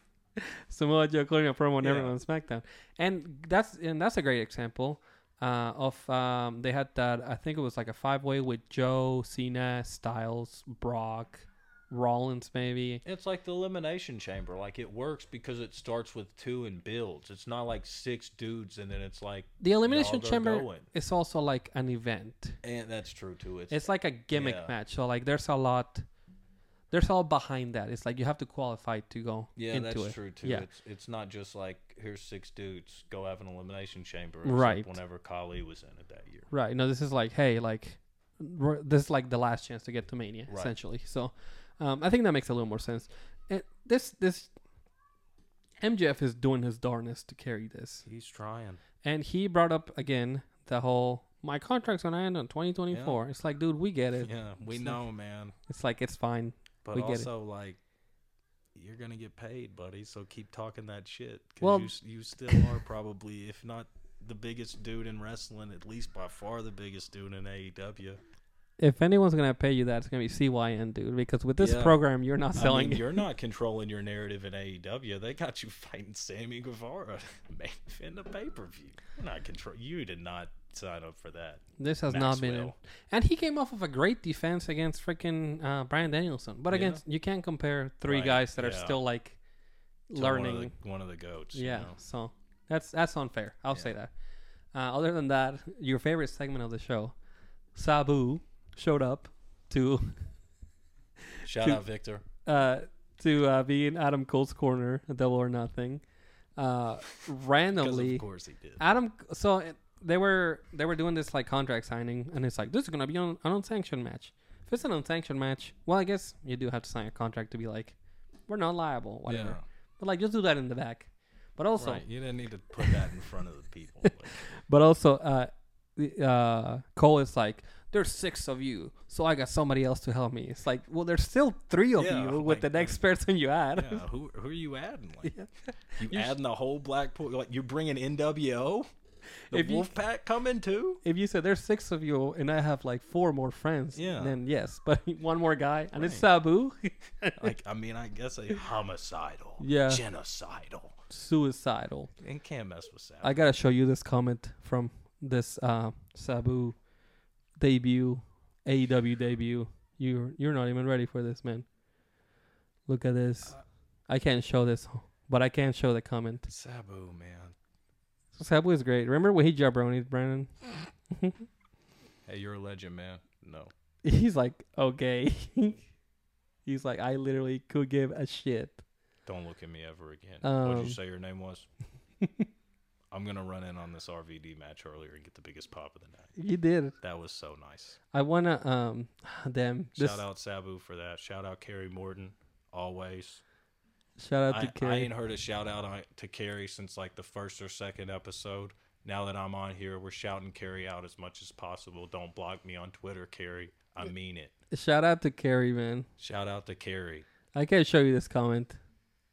Samoa Joe calling a promo on Yeah. everyone on SmackDown and that's and that's a great example uh, of um, they had that I think it was like a five way with Joe Cena Styles Brock Rollins maybe It's like the elimination chamber. Like it works because it starts with two and builds. It's not like six dudes and then it's like the elimination they're chamber going. is also like an event and eh, that's true too. It's, it's like a gimmick Yeah. match. So like, there's a lot, there's all behind that. It's like you have to qualify to go yeah, into that's it. true too. Yeah. It's it's not just like here's six dudes, go have an elimination chamber. except Right. Whenever Kali was in it that year. Right. No, this is like, hey, like, r- this is like the last chance to get to Mania, Right. essentially. So, um, I think that makes a little more sense. It, this this MJF is doing his darnest to carry this, He's trying. and he brought up again the whole my contract's gonna end on 2024. It's like, dude, we get it. Yeah, we know, man. It's like it's fine. But We get it. also, like, you're gonna get paid, buddy. So keep talking that shit. 'cause Well- you, s- you still are probably, if not the biggest dude in wrestling, at least by far the biggest dude in E AEW. If anyone's gonna pay you that, it's gonna be CYN, dude. Because with this Yeah. program, you're not I selling. mean, it. you're not controlling your narrative in AEW. They got you fighting Sammy Guevara main in the pay per view. You're not control. You did not sign up for that. This has not been it. Maxwell. And he came off of a great defense against freaking uh, Brian Danielson. But again, you can't compare three Right, guys that are yeah. still like To learning. one of the, one of the goats. you yeah, know? so that's that's unfair. I'll say that. Uh, other than that, your favorite segment of the show, Sabu showed up to Shout To- out Victor. uh, to uh, be in Adam Cole's corner, a double or nothing. Uh, Because randomly, of course he did. Adam. So it, they were they were doing this like contract signing, and it's like this is gonna be on, an unsanctioned match. If it's an unsanctioned match, well, I guess you do have to sign a contract to be like, we're not liable, whatever. Yeah. But like, just do that in the back. But also, Right. You didn't need to put that in front of the people. Like, but also, uh, the- uh, Cole is like, there's six of you, so I got somebody else to help me. It's like, well, there's still three of Yeah, you with like, the next person you add. yeah, who who are you adding? Like, Yeah. you, You sh- adding the whole Blackpool? Like, you bringing NWO? The If you- Wolfpack coming too? if you said there's six of you and I have like four more friends, Yeah. then yes, but one more guy and it's Right. Sabu, Like, I mean, I guess a homicidal, Yeah. genocidal, suicidal. and can't mess with Savage. I gotta show you this comment from this uh, Sabu debut, AEW debut. You're you're not even ready for this, man. Look at Uh, this. I can't show this, but I can show the comment. Sabu, man. Sabu is great. Remember when he jabronied Brandon? Hey, you're a legend, man. No. He's like, okay. He's like, I literally could give a shit. Don't look at me ever again. What'd Um, you say your name was? I'm gonna run in on this RVD match earlier and get the biggest pop of the night. You did. That was so nice. I wanna um damn this Shout out Sabu for that. Shout out Kerry Morton. Always. shout out to I, I Kerry. ain't heard a shout out on, to Carrie since like the first or second episode. Now that I'm on here, we're shouting Carrie out as much as possible. Don't block me on Twitter, Carrie. I mean it. Shout out to Kerry, man. Shout out to Carrie. I can show you this comment.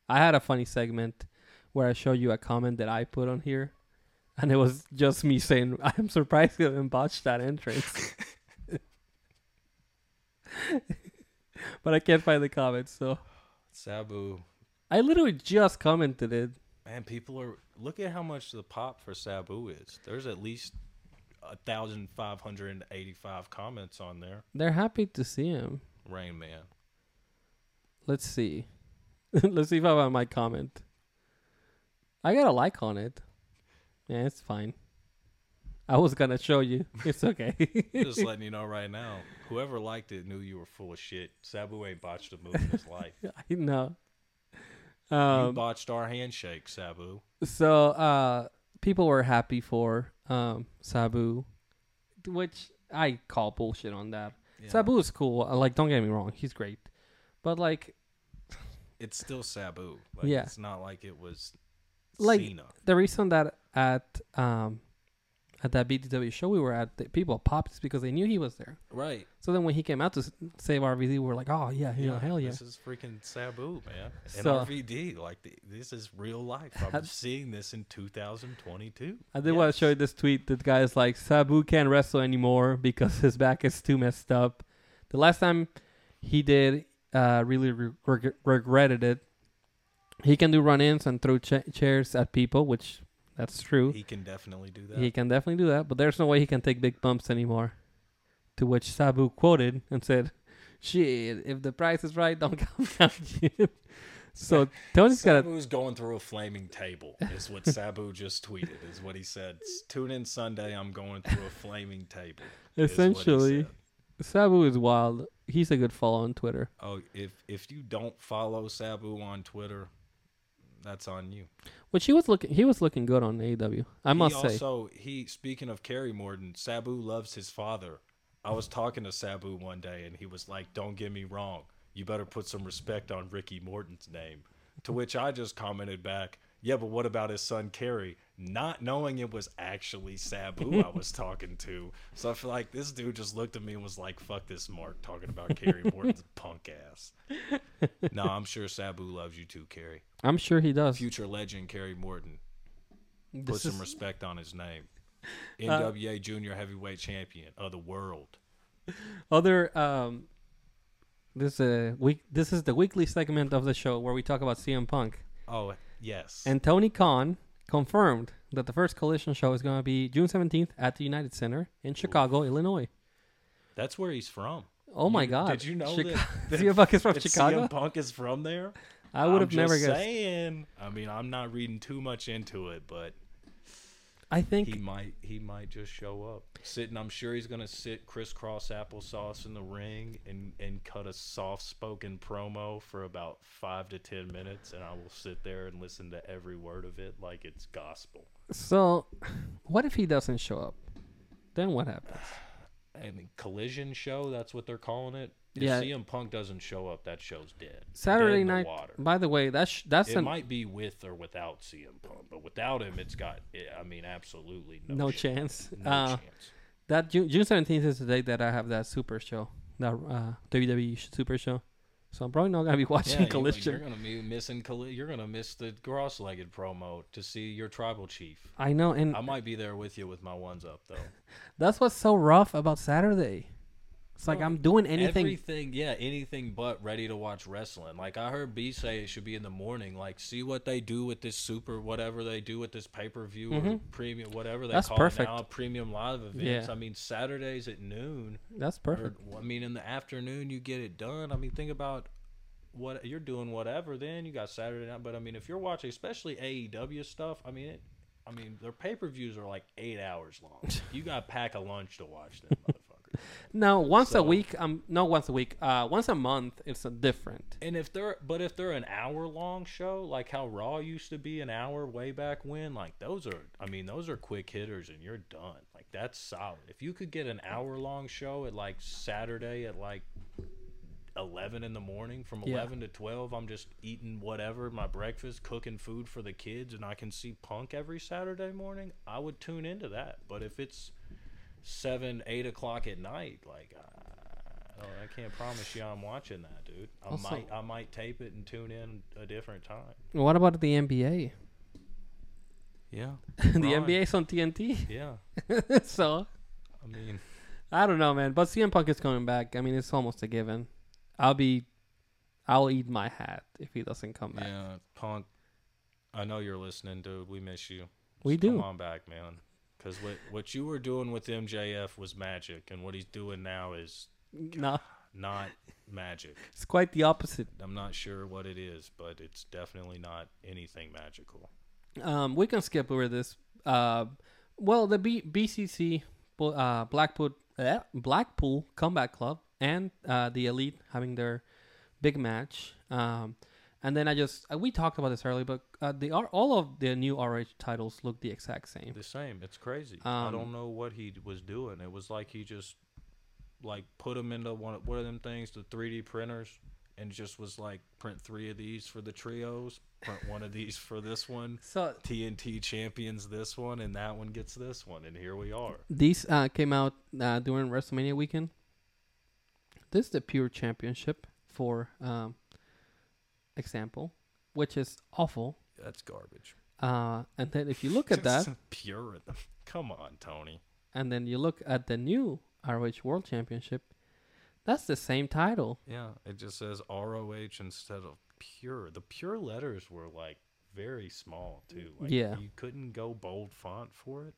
I had a funny segment where I showed you a comment that I put on here, and it was just me saying, "I'm surprised you haven't botched that entrance." but I can't find the comments, so Sabu. I literally just commented it. Man, people are look at how much the pop for Sabu is. There's at least a thousand five hundred and eighty five comments on there. They're happy to see him. Rain Man. Let's see. Let's see if I find my comment. I got a like on it. Yeah, it's fine. I was gonna show you. It's okay. Just letting you know right now. Whoever liked it knew you were full of shit. Sabu ain't botched a move in his life. I know. you Um, botched our handshake, Sabu. so uh, people were happy for um, Sabu, which I call bullshit on that. Yeah. Sabu is cool. uh, Like, don't get me wrong, he's great, but like, it's still Sabu. Like, Yeah. It's not like it was Like- Cena. the reason that at um, at that BTW show we were at, the people popped is because they knew he was there. Right. So then when he came out to s- save RVD, we were like, oh yeah, yeah, hell yeah. This is freaking Sabu, man. And So- RVD. Like, th- this is real life. I'm seeing this in 2022. I did want to show you this tweet. The guy is like, Sabu can't wrestle anymore because his back is too messed up. The last time he did, uh, really re- reg- regretted it. He can do run-ins and throw cha- chairs at people, which that's true. He can definitely do that. He can definitely do that, but there's no way he can take big bumps anymore. To which Sabu quoted and said, "Shit, if the price is right, don't come down." Jim." so Tony's got Sabu's going through a flaming table, is what Sabu just tweeted, is what he said. S- Tune in Sunday. I'm going through a flaming table. is a, what he essentially said. Sabu is wild. He's a good follow on Twitter. Oh, if, if you don't follow Sabu on Twitter, that's on you. Which he was looking, he was looking good on AEW. I must he say, also he speaking of Kerry Morton, Sabu loves his father. I was talking to Sabu one day and he was like, Don't get me wrong, you better put some respect on Ricky Morton's name. To which I just commented back, Yeah, but what about his son Kerry? Not knowing it was actually Sabu I was talking to. So I feel like this dude just looked at me and was like, fuck this Mark talking about Kerry Morton's punk ass. No, I'm sure Sabu loves you too, Kerry. I'm sure he does. Future legend Kerry Morton. Put This some is- Uh, respect on his name. NWA Junior Heavyweight Champion of the world. other um this uh week this is the weekly segment of the show where we talk about CM Punk. Oh, yes. And Tony Khan confirmed that the first collision show is going to be June 17th at the United Center in Chicago, Illinois. That's where he's from. Oh my god. Did you know Chica- that, that CM Punk is from that Chicago? CM Punk is from there? I would I'm have never just guessed. Saying. I mean, I'm not reading too much into it, but I think he might he might just show up sitting. I'm sure he's gonna sit crisscross applesauce in the ring and and cut a soft spoken promo for about five to ten minutes, and I will sit there and listen to every word of it like it's gospel. so what if he doesn't show up? Then what happens? I mean, collision show. That's what they're calling it. If Yeah. CM Punk doesn't show up, that show's dead. Dead Saturday in the night. water. By the way, that's sh- that's It an, might be with or without CM Punk, but without him, it's got. I mean, absolutely no, no chance. chance. No uh, chance. That June, June 17th is the day that I have that super show, that uh, WWE sh- super show. So I'm probably not gonna be watching Yeah, you- Collision. You're gonna be missing. Colli- You're gonna miss the cross-legged promo to see your tribal chief. I know, and I might be there with you with my ones up though. that's what's so rough about Saturday. It's like I'm doing anything. Everything, yeah, anything but ready to watch wrestling. Like I heard B say it should be in the morning. Like see what they do with this super whatever they do with this pay per view or premium whatever they Mm-hmm. That's call perfect. it now premium live events. Yeah. I mean Saturdays at noon. that's Or, perfect. I mean in the afternoon you get it done. I mean think about what you're doing whatever then you got Saturday night but I mean if you're watching especially AEW stuff, I mean it I mean their pay-per-views are like 8 hours long. you got to pack a lunch to watch them motherfuckers. No, once a So- week. Um, no, once a week. Uh, once a month. It's a different. And if they're but if they're an hour long show, like how Raw used to be an hour way back when, like those are I mean, those are quick hitters and you're done. Like that's solid. If you could get an hour long show at like Saturday at like eleven in the morning from Yeah. eleven to twelve, I'm just eating whatever, my breakfast, cooking food for the kids and I can see punk every Saturday morning, I would tune into that. But if it's seven, eight o'clock at night, like I, don't- I can't promise you I'm watching that, dude. I Also- might I might tape it and tune in a different time. What about the NBA? Yeah, the NBA's on TNT, Yeah, so I mean, I don't know, man. But CM Punk is coming back. I mean, it's almost a given. I'll be, I'll eat my hat if he doesn't come back. yeah, punk. I know you're listening, dude. We miss you. We Just Come do. on back, man. Because what what you were doing with MJF was magic, and what he's doing now is No, not magic. it's quite the opposite. I'm not sure what it is, but it's definitely not anything magical. Um, we can skip over this. Uh, well, the B- BCC, bu- uh, Blackpool, bleh, Blackpool Combat Club, and uh, the Elite having their big match. Um, and then I just uh, we talked about this earlier, but uh, they are all of the new RH titles look the exact same. The same. It's crazy. I Um, don't know what he was doing. It was like he just like put them into one of, one of them things, the 3D printers, and just was like print three of these for the trios, print one of these for this one. So TNT champions this one, and that one gets this one, and here we are. these uh, came out uh, during WrestleMania weekend. This is the pure championship, for um, example, which is awful. That's garbage. Uh, and then if you look at that, Pure. at the- Come on, Tony. and then you look at the new ROH World Championship, that's the same title. Yeah, it just says ROH instead of pure. The pure letters were like very small too. Like, Yeah. you couldn't go bold font for it.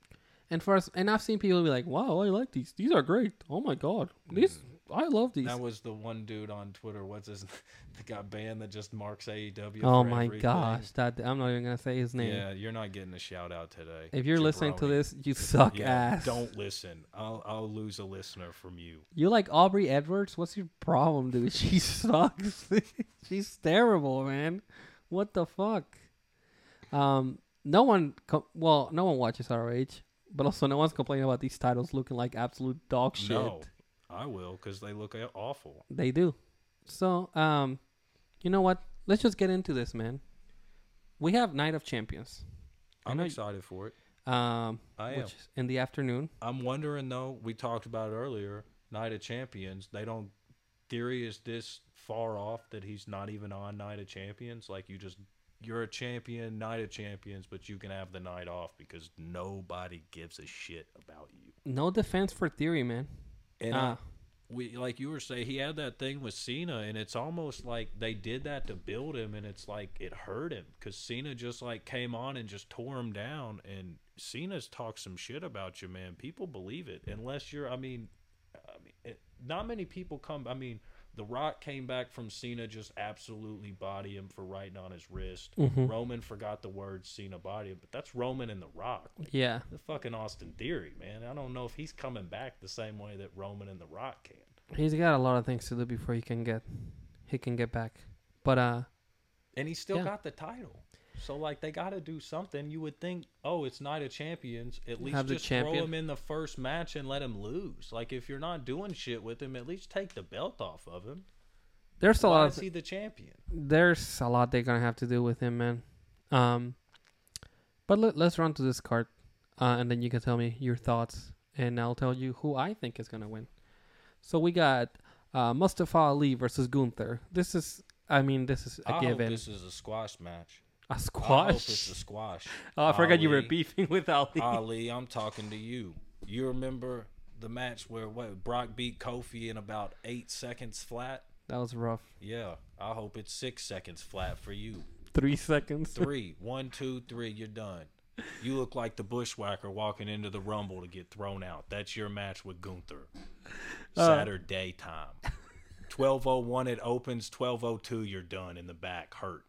And for us, and I've seen people be like, "Wow, I like these. These are great. Oh my god, these I love these." That was the one dude on Twitter. What's his? That got banned. That just marks AEW. oh for my everything. gosh, that I'm not even gonna say his name. Yeah, you're not getting a shout out today. If you're listening to jabroni. this, you suck yeah, ass. don't listen. I'll I'll lose a listener from you. You like Aubrey Edwards? What's your problem, dude? She sucks. She's terrible, man. What the fuck? Um, no one. Co- well, no one watches ROH, but also no one's complaining about these titles looking like absolute dog shit. No, I will because they look a- awful. They do. So, um, you know what? Let's just get into this, man. we have Night of Champions. I'm know- excited for it. Um, I am. which is in the afternoon. I'm wondering though. We talked about it earlier. Night of Champions. They don't. Theory is this far off that he's not even on Night of Champions. Like you just, you're a champion, Night of Champions, but you can have the night off because nobody gives a shit about you. No defense for Theory, man. And Ah. I, we, like you were saying, he had that thing with Cena, and it's almost like they did that to build him, and it's like it hurt him because Cena just like came on and just tore him down. And Cena's talked some shit about you, man. People believe it unless you're. I mean, I mean, it, not many people come. I mean, The Rock came back from Cena just absolutely body him for writing on his wrist. Roman forgot the word Cena body him, but that's Roman and The Rock. Yeah. The fucking Austin Theory, man. I don't know if he's coming back the same way that Roman and The Rock can. He's got a lot of things to do before he can get he can get back. But uh And he's still Yeah. got the title. So like they got to do something. You would think, oh, it's Night of Champions. At least Have the just champion. throw him in the first match and let him lose. Like if you're not doing shit with him, at least take the belt off of him. there's a Why lot is of he the champion? there's a lot they're gonna have to do with him, man. Um but let, let's run to this card uh, and then you can tell me your thoughts and I'll tell you who I think is gonna win. So we got uh Mustafa Ali versus Gunther. This is I mean this is a I hope given. this is a squash match. I a hope it's a squash. squash. oh, I forgot you were Ali. Uh, beefing with Ali. Ali, I'm talking to you. You remember the match where what Brock beat Kofi in about eight seconds flat? that was rough. Yeah, I hope it's six seconds flat for you. Three seconds. Three, one, two, three, you're done. You look like the bushwhacker walking into the rumble to get thrown out. That's your match with Gunther. Uh, Saturday time. Twelve oh one it opens, twelve oh two, you're done in the back. Hurt.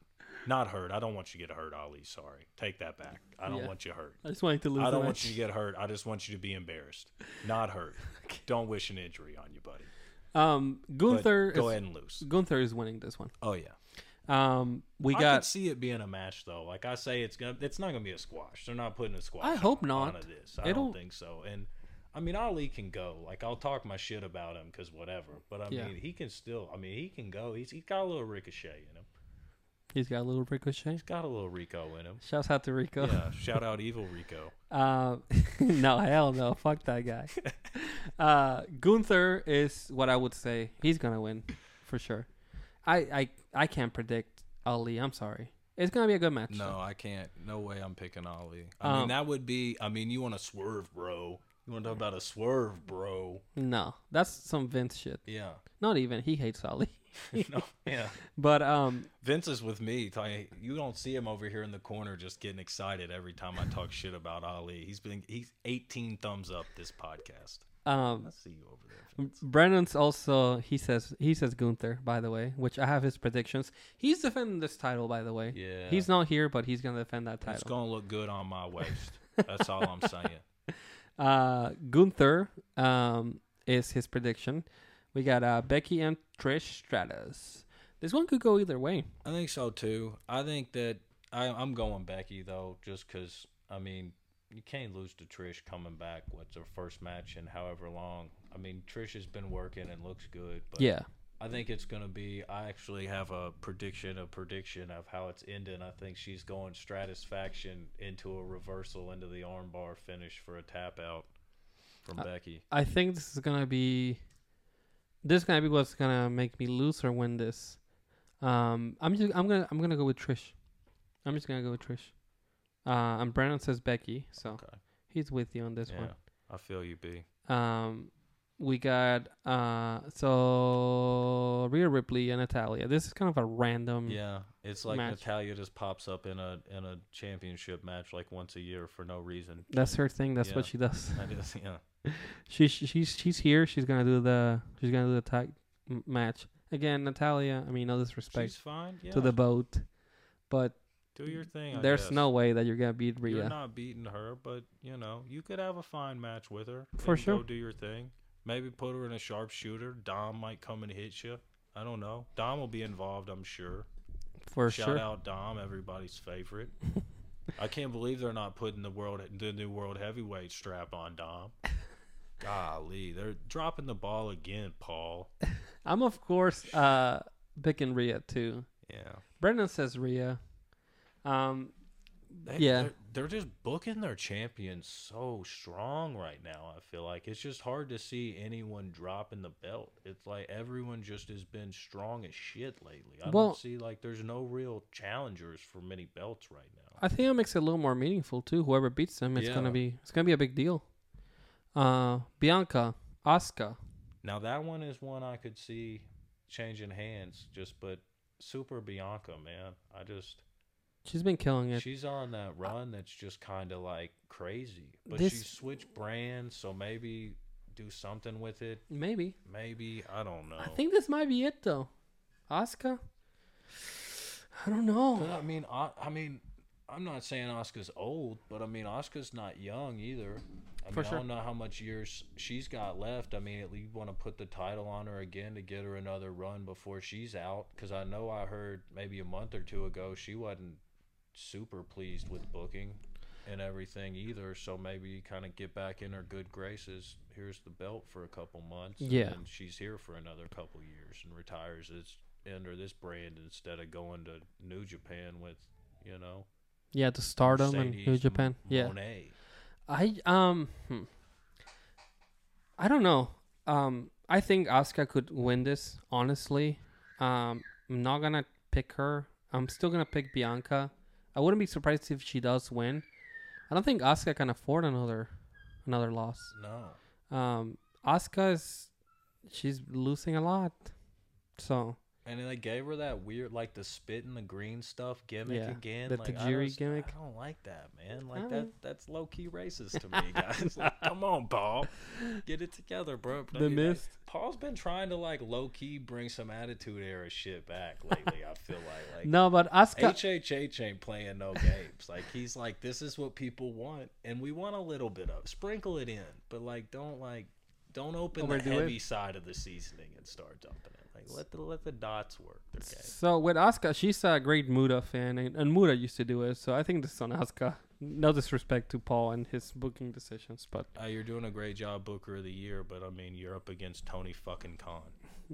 Not hurt. I don't want you to get hurt, Ali. Sorry. Take that back. I don't Yeah. want you hurt. I just wanted to lose. I the don't match. want you to get hurt. I just want you to be embarrassed. Not hurt. Don't wish an injury on you, buddy. Um, But Gunther. go is, ahead and lose. Gunther is winning this one. Oh yeah. Um, we I could got. see it being a match though. Like I say, it's gonna it's not gonna be a squash. They're not putting a squash. I hope on- not. onto this. I It'll- don't think so. And I mean, Ali can go. Like I'll talk my shit about him because whatever. But I Yeah. mean, he can still. I mean, he can go. He's he's got a little ricochet in him. He's got a little ricochet. He's got a little Rico in him. Shouts out to Rico. Yeah. Shout out Evil Rico. Uh, no, hell no. Fuck that guy. Uh, Gunther is what I would say. He's gonna win for sure. I I I can't predict Ali. I'm sorry. It's gonna be a good match. No, I can't. No way. I'm picking Ali. I Um, mean, that would be. I mean, you want to swerve, bro. You want to talk about a swerve, bro? no, that's some Vince shit. Yeah. Not even he hates Ali. no. Yeah. But um, Vince is with me. Tony. You don't see him over here in the corner just getting excited every time I talk shit about Ali. He's been he's 18 thumbs up this podcast. um, I see you over there. Vince. Brennan's also he says he says Gunther by the way, which I have his predictions. He's defending this title by the way. Yeah. He's not here, but he's gonna defend that It's title. going to look good on my waist. That's all I'm saying. Uh, Gunther um, is his prediction. We got uh, Becky and Trish Stratus. This one could go either way. I think so too. I think that I, I'm going Becky though, just because I mean you can't lose to Trish coming back. What's her first match in however long? I mean Trish has been working and looks good, but Yeah. I think it's going to be. I actually have a prediction, a prediction of how it's ending. I think she's going stratisfaction into a reversal into the armbar finish for a tap out from Uh, Becky. I think this is gonna be this is gonna be what's gonna make me lose or win this. Um, I'm just I'm gonna I'm gonna go with Trish. I'm just gonna go with Trish. Uh, and Brandon says Becky, so Okay. he's with you on this yeah, I feel you, B. one. Um, we got uh so Rhea Ripley and Natalia. This is kind of a random. Yeah, it's like Mm. Match. Natalia just pops up in a in a championship match like once a year for no reason. That's her thing. That's what Yeah. she does. That is, yeah. She's she's she's here. She's gonna do the she's gonna do the tag m- match again. Natalia. I mean, no disrespect. She's fine. Yeah, to the boat. But do your thing. I there's guess. no way that you're gonna beat You're Rhea. not beating her, but you know you could have a fine match with her. For and sure. Go do your thing. Maybe put her in a sharpshooter. Dom might come and hit you. I don't know. Dom will be involved, I'm sure. for Shout sure. out Dom, everybody's favorite. I can't believe they're not putting the world the new world heavyweight strap on Dom. Golly, they're dropping the ball again, Paul. I'm of course uh picking Rhea too. Yeah. Brendan says Rhea. Um, They, Yeah. They're, they're just booking their champions so strong right now. I feel like it's just hard to see anyone dropping the belt. It's like everyone just has been strong as shit lately. I Well- don't see like there's no real challengers for many belts right now. I think it makes it a little more meaningful too. Whoever beats them, it's gonna Yeah. be it's gonna be a big deal. Uh, Bianca, Asuka. Now that one is one I could see changing hands just but Super Bianca, man. I just She's been killing it. she's on that run that's just kind of like crazy. But she This- switched brands, so maybe do something with it. Maybe. Maybe I don't know. I think this might be it though. Asuka. I don't But, know. I mean, I, I mean, I'm not saying Oscar's old, but I mean Oscar's not young either. I For mean, sure. I don't know how much years she's got left. I mean, at least want to put the title on her again to get her another run before she's out. Because I know I heard maybe a month or two ago she wasn't super pleased with booking and everything either. So maybe kind of get back in her good graces. Here's the belt for a couple months. Yeah. And then she's here for another couple years and retires as under this brand instead of going to New Japan with, you know, Yeah, the Stardom and Mercedes New Japan. Yeah. Moné. I um hmm. I don't know. Um I think Asuka could win this, honestly. Um I'm not gonna pick her. I'm still gonna pick Bianca. I wouldn't be surprised if she does win. I don't think Asuka can afford another another loss. No. Um Asuka is she's losing a lot. So And then they gave her that weird, like the spit and the green stuff gimmick Yeah, again. the like, Tajiri I just- gimmick. I don't like that, man. I Like that, mean- that's low key racist to me, guys. like, come on, Paul, get it together, bro. The Like, Mist. Paul's been trying to like low key bring some attitude era shit back lately. I feel like, like No, but Asuka HHH ain't playing no games. Like he's like, this is what people want, and we want a little bit of. Sprinkle it in, but like, don't like, don't open Overdo the it. heavy side of the seasoning and start dumping it. Like let the let the dots work. Okay. So with Asuka, she's a great Muda fan, and, and Muda used to do it. So I think this is on Asuka. No disrespect to Paul and his booking decisions, but Uh, you're doing a great job, Booker of the Year, but I mean, you're up against Tony fucking Khan.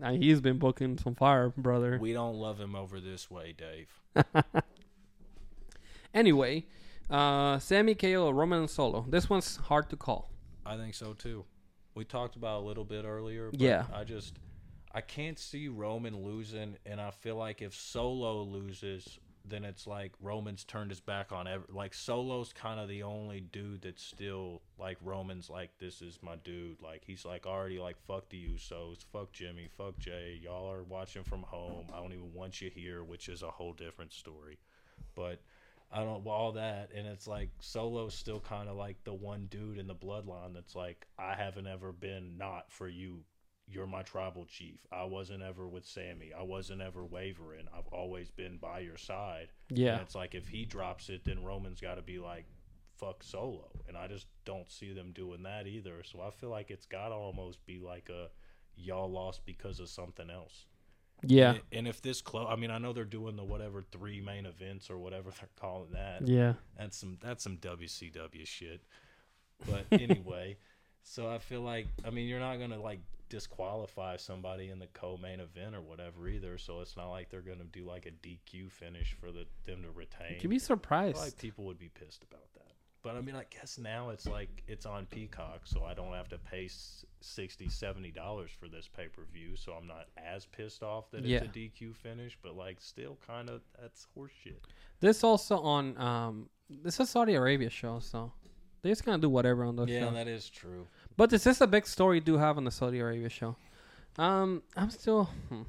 uh, he's been booking some fire, brother. We don't love him over this way, Dave. Anyway, uh, Sammy KO, Roman Solo. This one's hard to call. I think so too. We talked about it a little bit earlier. But Yeah. I just I can't see Roman losing, and I feel like if Solo loses, then it's like Roman's turned his back on every. Like Solo's kind of the only dude that's still like Roman's. Like this is my dude. Like he's like already like fuck the Usos, fuck Jimmy, fuck Jay. Y'all are watching from home. I don't even want you here, which is a whole different story but I don't well, all that and it's like Solo's still kind of like the one dude in the bloodline that's like I haven't ever been not for you. You're my tribal chief. I wasn't ever with Sammy. I wasn't ever wavering. I've always been by your side. And Yeah, it's like if he drops it then Roman's got to be like fuck Solo. And I just don't see them doing that either. So I feel like it's got to almost be like a y'all lost because of something else. yeah, And- And if this close, I mean, I know they're doing the whatever three main events or whatever they're calling that. yeah. That's some that's some WCW shit. But anyway, so I feel like I mean you're not gonna like disqualify somebody in the co-main event or whatever either. So it's not like they're gonna do like a DQ finish for the them to retain. You'd be I feel like surprised. people would be pissed about that. But I mean, I guess now it's like it's on Peacock, so I don't have to pay s- 60 dollars for this pay per view. So I'm not as pissed off that Yeah. it's a DQ finish, but like still kind of that's horseshit. This also on um, this is Saudi Arabia show, so they're just gonna do whatever on those shows. that is true. But this is a big story you do have on the Saudi Arabia show. Um, I'm still. Hmm.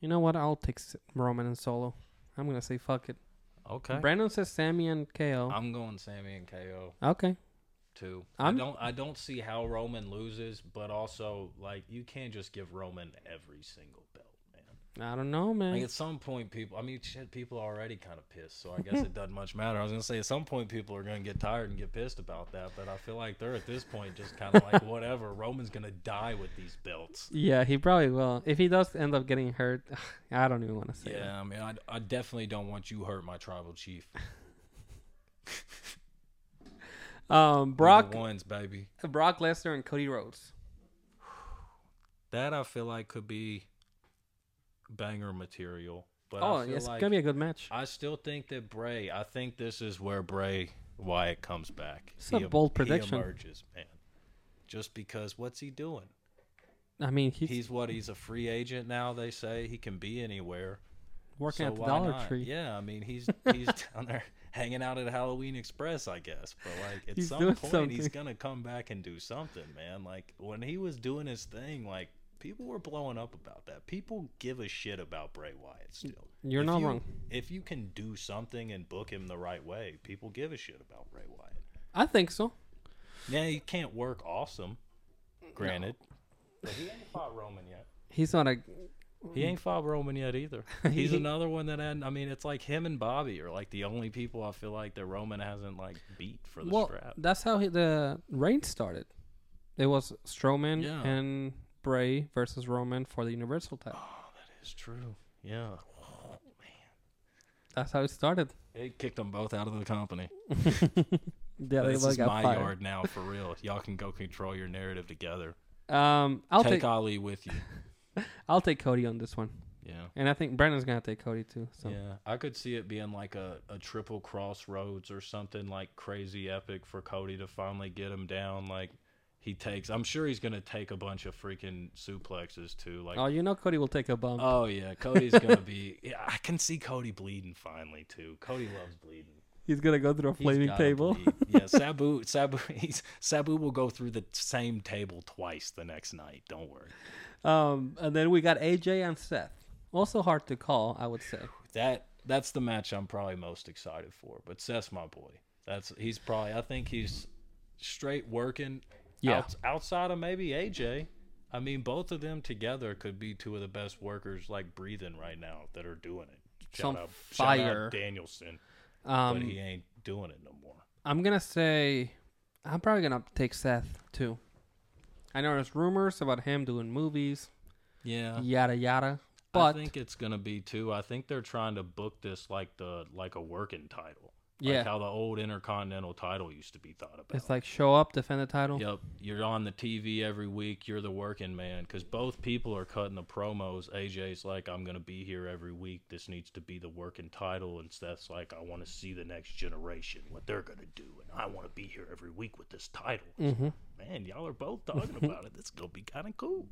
You know what? I'll take S- Roman and Solo. I'm gonna say fuck it. Okay, Uh, Brandon says Sammy and KO. I'm going Sammy and KO okay. too. I'm- I don't I don't see how Roman loses, but also like you can't just give Roman every single belt, man. I don't know, man. Like at some point, people. I mean, shit, people are already kind of pissed, so I guess it doesn't much matter. I was gonna say at some point people are gonna get tired and get pissed about that, but I feel like they're at this point just kind of like whatever. Roman's gonna die with these belts. yeah, he probably will. If he does end up getting hurt, I don't even want to say. it. Yeah, I mean, I, I definitely don't want you hurt my tribal chief. We're Um, the Brock, ones, baby. Brock Lesnar and Cody Rhodes. That I feel like could be banger material. But oh, I feel it's like gonna be a good match. I still think that Bray. I think this is where Bray Wyatt comes back. It's a bold prediction. He emerges, man. Just because what's he doing? I mean, he's, He's what? He's a free agent now. They say he can be anywhere. working so at the why Dollar not? Tree. Yeah, I mean he's he's down there hanging out at Halloween Express, I guess. But like at He's some doing point he's gonna come back and do something, man. Like when he was doing his thing, like people were blowing up about that. People give a shit about Bray Wyatt still. You're If not you- wrong. If you can do something and book him the right way, people give a shit about Bray Wyatt. I think so. Now he can't work awesome, granted. But he ain't fought Roman yet. He's not a. He Hmm. ain't fought Roman yet either. He's another one that had, I mean, it's like him and Bobby are like the only people I feel like that Roman hasn't like beat for the Well, strap. that's how he, the reign started. It was Strowman Yeah. and Bray versus Roman for the Universal title. It's true. Yeah. That's how it started. It kicked them both out of the company. Yeah, this both is got my fired. yard now for real. Y'all can go control your narrative together. Um, I'll take, take, Ali with you. I'll take Cody on this one, Yeah. and I think Brandon's gonna take Cody too. So Yeah. I could see it being like a, a triple crossroads or something like crazy epic for Cody to finally get him down. Like he takes I'm sure he's gonna take a bunch of freaking suplexes too. Like oh, you know Cody will take a bump. Oh yeah, Cody's gonna be. Yeah, I can see Cody bleeding finally too. Cody loves bleeding. He's gonna go through a He's flaming gotta table. bleed. yeah, Sabu, Sabu, he's, Sabu will go through the same table twice the next night. Don't worry. Um, and then we got AJ and Seth. Also hard to call, I would say. That that's the match I'm probably most excited for. But Seth's my boy. That's he's probably. I think he's straight working. Yeah. outs- outside of maybe AJ. I mean, both of them together could be two of the best workers like breathing right now that are doing it. Some out- shout fire. out Danielson. but Um, he ain't doing it no more. I'm gonna say, I'm probably gonna take Seth too. I know there's rumors about him doing movies, Yeah, yada yada. But I think it's gonna be too. I think they're trying to book this like the like a working title. Yeah. like how the old intercontinental title used to be thought about. it's like show up, defend the title. Yep, you're on the TV every week. You're the working man because both people are cutting the promos. AJ's like, "I'm gonna be here every week. This needs to be the working title," and Seth's like, "I want to see the next generation what they're gonna do, and I want to be here every week with this title." Man, y'all are both talking about it. This is gonna be kind of cool.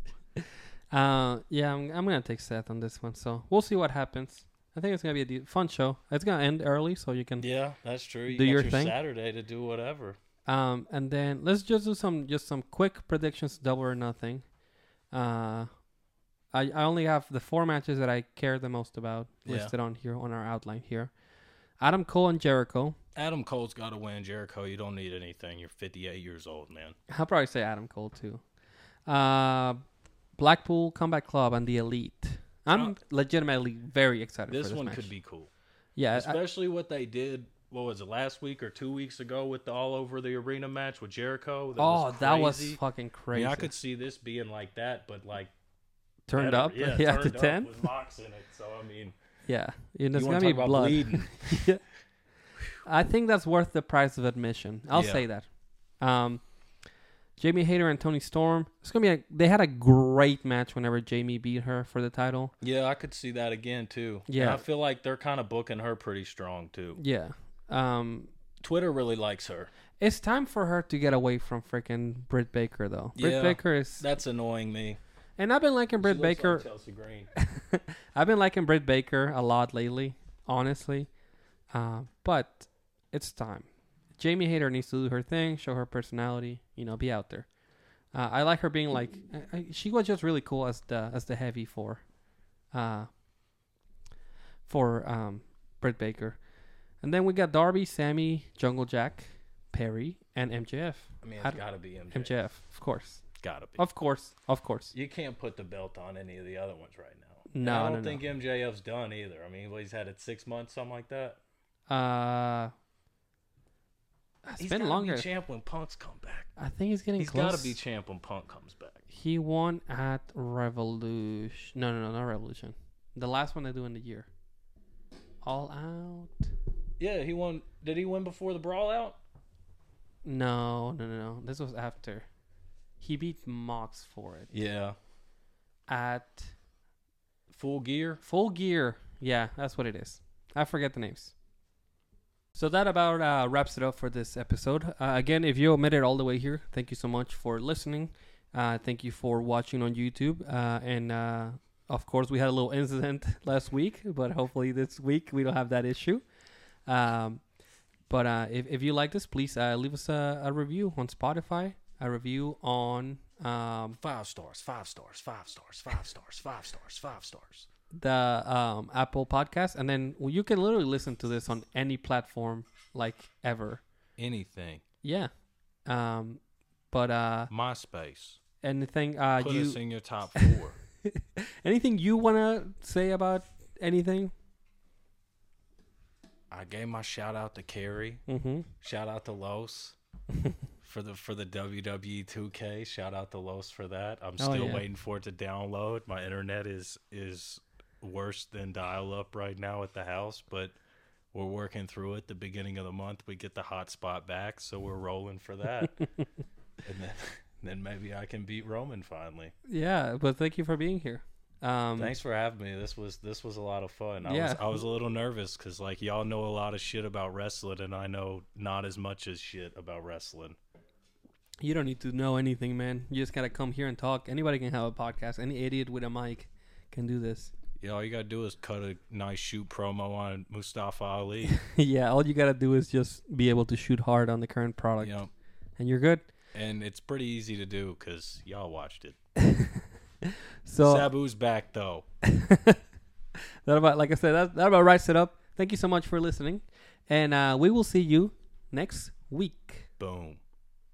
Uh, yeah, I'm, I'm gonna take Seth on this one. So we'll see what happens. I think it's gonna be a de- fun show. It's gonna end early, so you can. Yeah, that's true. You Do got your your, thing. Saturday to do whatever. Um, and then let's just do some just some quick predictions, double or nothing. Uh, I I only have the four matches that I care the most about Yeah. listed on here on our outline here. Adam Cole and Jericho. Adam Cole's got to win. Jericho, you don't need anything. You're 58 years old, man. I'll probably say Adam Cole too. Uh, Blackpool Combat Club and the Elite. I'm Uh, legitimately very excited. This, for this one match. could be cool, yeah. I- especially what they did. What was it last week or two weeks ago with the all over the arena match with Jericho? That oh, that was crazy. fucking I crazy. mean, I could see this being like that, but like turned better. up. Yeah, turned to up ten. with locks in it. So I mean, Yeah, and it's you want gonna to be talk about blood. bleeding? I think that's worth the price of admission. I'll Yeah. say that. Um, Jamie Hayter and Tony Storm. It's gonna be a. They had a great match whenever Jamie beat her for the title. Yeah, I could see that again too. And Yeah. I feel like they're kind of booking her pretty strong too. Yeah. Um, Twitter really likes her. it's time for her to get away from freaking Britt Baker though. Britt Yeah. Baker is, That's annoying me. and I've been liking Britt She looks like Baker. Chelsea Green. I've been liking Britt Baker a lot lately, honestly. Uh, but it's time. Jamie Hayter needs to do her thing, show her personality, you know, be out there. Uh, I like her being like I, I, she was just really cool as the as the heavy for, uh, for um, Britt Baker, and then we got Darby, Sammy, Jungle Jack, Perry, and MJF. I mean, I it's don't- got to be MJ. MJF, of course, Gotta be. of course, of course. You can't put the belt on any of the other ones right now. No, And I no, don't no. think MJF's done either. I mean, what, he's had it six months, something like that. Uh, it's He's been gotta longer. Be champ when Punk's come back. I think he's getting He's close. gotta be champ when Punk comes back. He won at Revolution. No, no, no, not Revolution. The last one they do in the year. All out. Yeah, he won. Did he win before the brawl out? No, no, no, no. This was after. He beat Mox for it Yeah, at full gear. Full Gear. Yeah, that's what it is. I forget the names. So that about uh, wraps it up for this episode. Uh, again, if you made it all the way here, thank you so much for listening. Uh, thank you for watching on YouTube. Uh, and uh, of course, we had a little incident last week, but hopefully this week we don't have that issue. Um, but uh, if, if you like this, please uh, leave us a, a review on Spotify, a review on um, Five stars, five stars, five stars, five stars, five stars, five stars. the um, Apple Podcast, and then you can literally listen to this on any platform like ever. Anything. Yeah. Um, but uh, MySpace. anything uh, Put you us in your top four. anything you wanna say about anything? I gave my shout out to Carrie. Mm-hmm. Shout out to Los for the for the WWE 2K. Shout out to Los for that. I'm Oh, still yeah. waiting for it to download. My internet is is worse than dial up right now at the house, but we're working through it. The beginning of the month we get the hotspot back, so we're rolling for that. and then then maybe I can beat Roman finally. Yeah, but thank you for being here. Um, Thanks for having me. This was this was a lot of fun. I Yeah. was I was a little nervous cuz like y'all know a lot of shit about wrestling and I know not as much as shit about wrestling. You don't need to know anything, man. You just gotta come here and talk. Anybody can have a podcast. Any idiot with a mic can do this. Yeah, all you gotta do is cut a nice shoot promo on Mustafa Ali. yeah, all you gotta do is just be able to shoot hard on the current product, you know, and you're good. and it's pretty easy to do because y'all watched it. So Sabu's back though. that about, like I said, that, that about writes it up. Thank you so much for listening, and uh, we will see you next week. Boom.